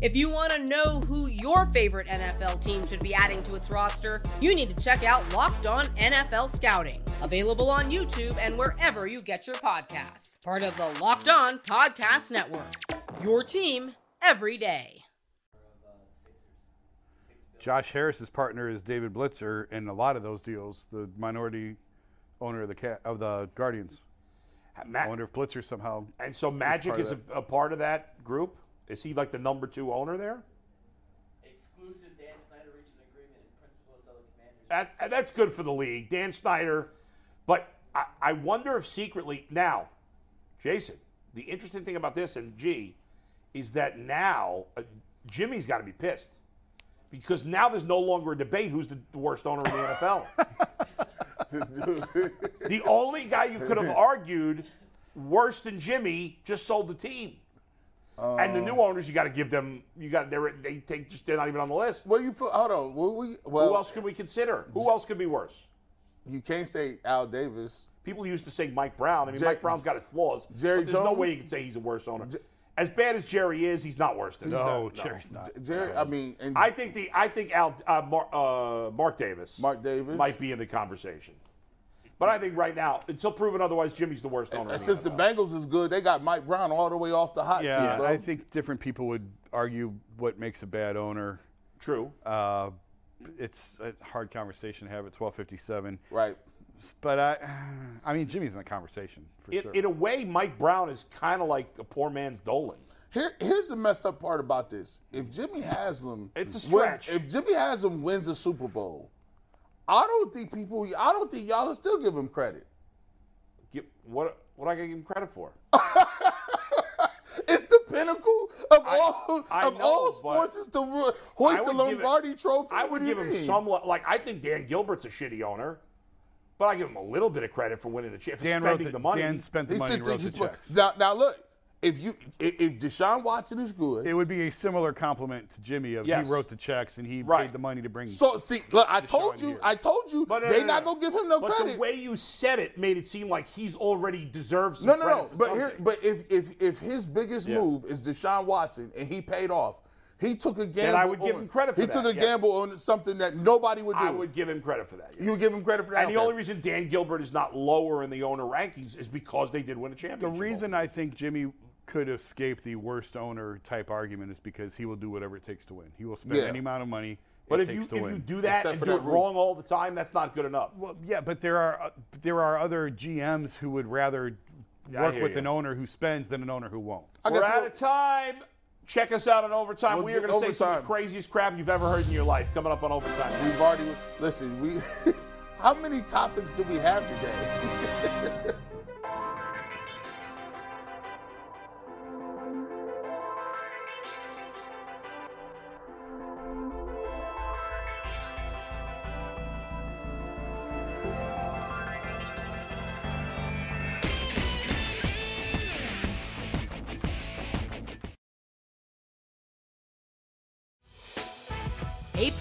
S5: If you want to know who your favorite NFL team should be adding to its roster, you need to check out Locked On NFL Scouting, available on YouTube and wherever you get your podcasts. Part of the Locked On Podcast Network. Your team every day.
S4: Josh Harris's partner is David Blitzer in a lot of those deals, the minority owner of the cat of the Guardians.
S1: Ma-
S4: I wonder if Blitzer somehow
S1: and so Magic
S4: part of
S1: is a, a part of that group. Is he like the number two owner there?
S6: Exclusive Dan Snyder reached an agreement in principle to sell the Commanders.
S1: That, that's good for the league. Dan Snyder. But I, I wonder if secretly now, Jason, the interesting thing about this and G is that now uh, Jimmy's got to be pissed because now there's no longer a debate who's the, the worst owner in the NFL. the only guy you could have argued worse than Jimmy just sold the team. and the new
S3: Oh.
S1: owners, you got to give them. You got they're they take just they're not even on the list.
S3: What do you feel? Hold on. Well, we, well
S1: Who else could we consider? Who else could be worse?
S3: you can't say Al Davis.
S1: People used to say Mike Brown. I mean,
S3: Jer-
S1: Mike Brown's got his flaws.
S3: Jerry
S1: but there's no
S3: Jones?
S1: way you can say he's a worse owner. as bad as Jerry is, he's not worse than him.
S4: No, Jerry's not.
S3: Jerry, I mean, and
S1: I think the I think Al uh, Mar, uh, Mark Davis
S3: Mark Davis.
S1: might be in the conversation, but I think right now until proven otherwise, Jimmy's the worst owner. in
S3: since the
S1: NFL.
S3: Bengals is good, they got Mike Brown all the way off the hot
S4: Yeah,
S3: seat, bro.
S4: I think different people would argue what makes a bad owner.
S1: true,
S4: Uh, it's a hard conversation to have at 12:57.
S3: right.
S4: But I, I mean, Jimmy's in the conversation for
S1: in,
S4: sure.
S1: in a way, Mike Brown is kind of like a poor man's Dolan.
S3: Here, here's the messed up part about this. If Jimmy Haslam,
S1: It's a
S3: wins-
S1: stretch.
S3: if Jimmy Haslam wins a Super Bowl, I don't think people. I don't think y'all will still give him credit.
S1: Give, what what I gotta give him credit for?
S3: Oh, It's the pinnacle of all
S1: I
S3: of
S1: know,
S3: all
S1: but
S3: sports is to ru- hoist
S1: I
S3: the
S1: would give it-
S3: Lombardi trophy.
S1: I
S3: What
S1: would
S3: do you
S1: give him
S3: mean?
S1: some li- like I think Dan Gilbert's a shitty owner, but I give him a little bit of credit for winning the chip,
S4: Dan wrote
S1: spending
S4: the,
S1: the money.
S4: Dan spent the
S3: He
S4: money,
S3: said
S4: and wrote the
S3: he's supposed-
S4: checks.
S3: Now, now look, if you if, if Deshaun Watson is good,
S4: It would be a similar compliment to Jimmy of
S1: Yes.
S4: he wrote the checks and he
S1: Right.
S4: paid the money to bring.
S3: so see, look, I told you,
S4: here.
S3: I told you,
S1: But no,
S3: they
S1: no, no,
S3: not
S1: no.
S3: gonna give him no
S1: but
S3: credit.
S1: the way you said it made it seem like he's already deserved some
S3: no, no,
S1: credit
S3: no.
S1: for
S3: But here,
S1: something.
S3: but if if if his biggest
S1: Yeah.
S3: move is Deshaun Watson and he paid off, he took a gamble.
S1: I would give
S3: on-
S1: him credit for
S3: He
S1: that,
S3: took a
S1: yes.
S3: gamble on something that nobody would do.
S1: I would give him credit for that. yeah.
S3: you would give him credit for that.
S1: and the
S3: Okay.
S1: only reason Dan Gilbert is not lower in the owner rankings is because they did win a
S4: the
S1: championship.
S4: reason I think Jimmy could escape the worst owner type argument is because he will do whatever it takes to win. He will spend
S3: Yeah.
S4: any amount of money.
S1: but
S4: it
S1: if you
S4: takes
S1: if
S4: to win.
S1: you do that
S4: Except
S1: and
S4: for
S1: do
S4: that
S1: it
S4: rule.
S1: wrong all the time, that's not good enough.
S4: Well, yeah, but there are uh, there are other GMs who would rather
S1: Yeah, I
S4: work
S1: hear
S4: with
S1: you.
S4: an owner who spends than an owner who won't.
S3: I
S1: We're
S3: guess
S1: out
S3: we'll-
S1: of time. Check us out on overtime.
S3: We'll
S1: we are
S3: get
S1: going to say some of the
S3: overtime.
S1: craziest crap you've ever heard in your life. Coming up on overtime.
S3: We've already listen. We how many topics do we have today?
S5: Hey,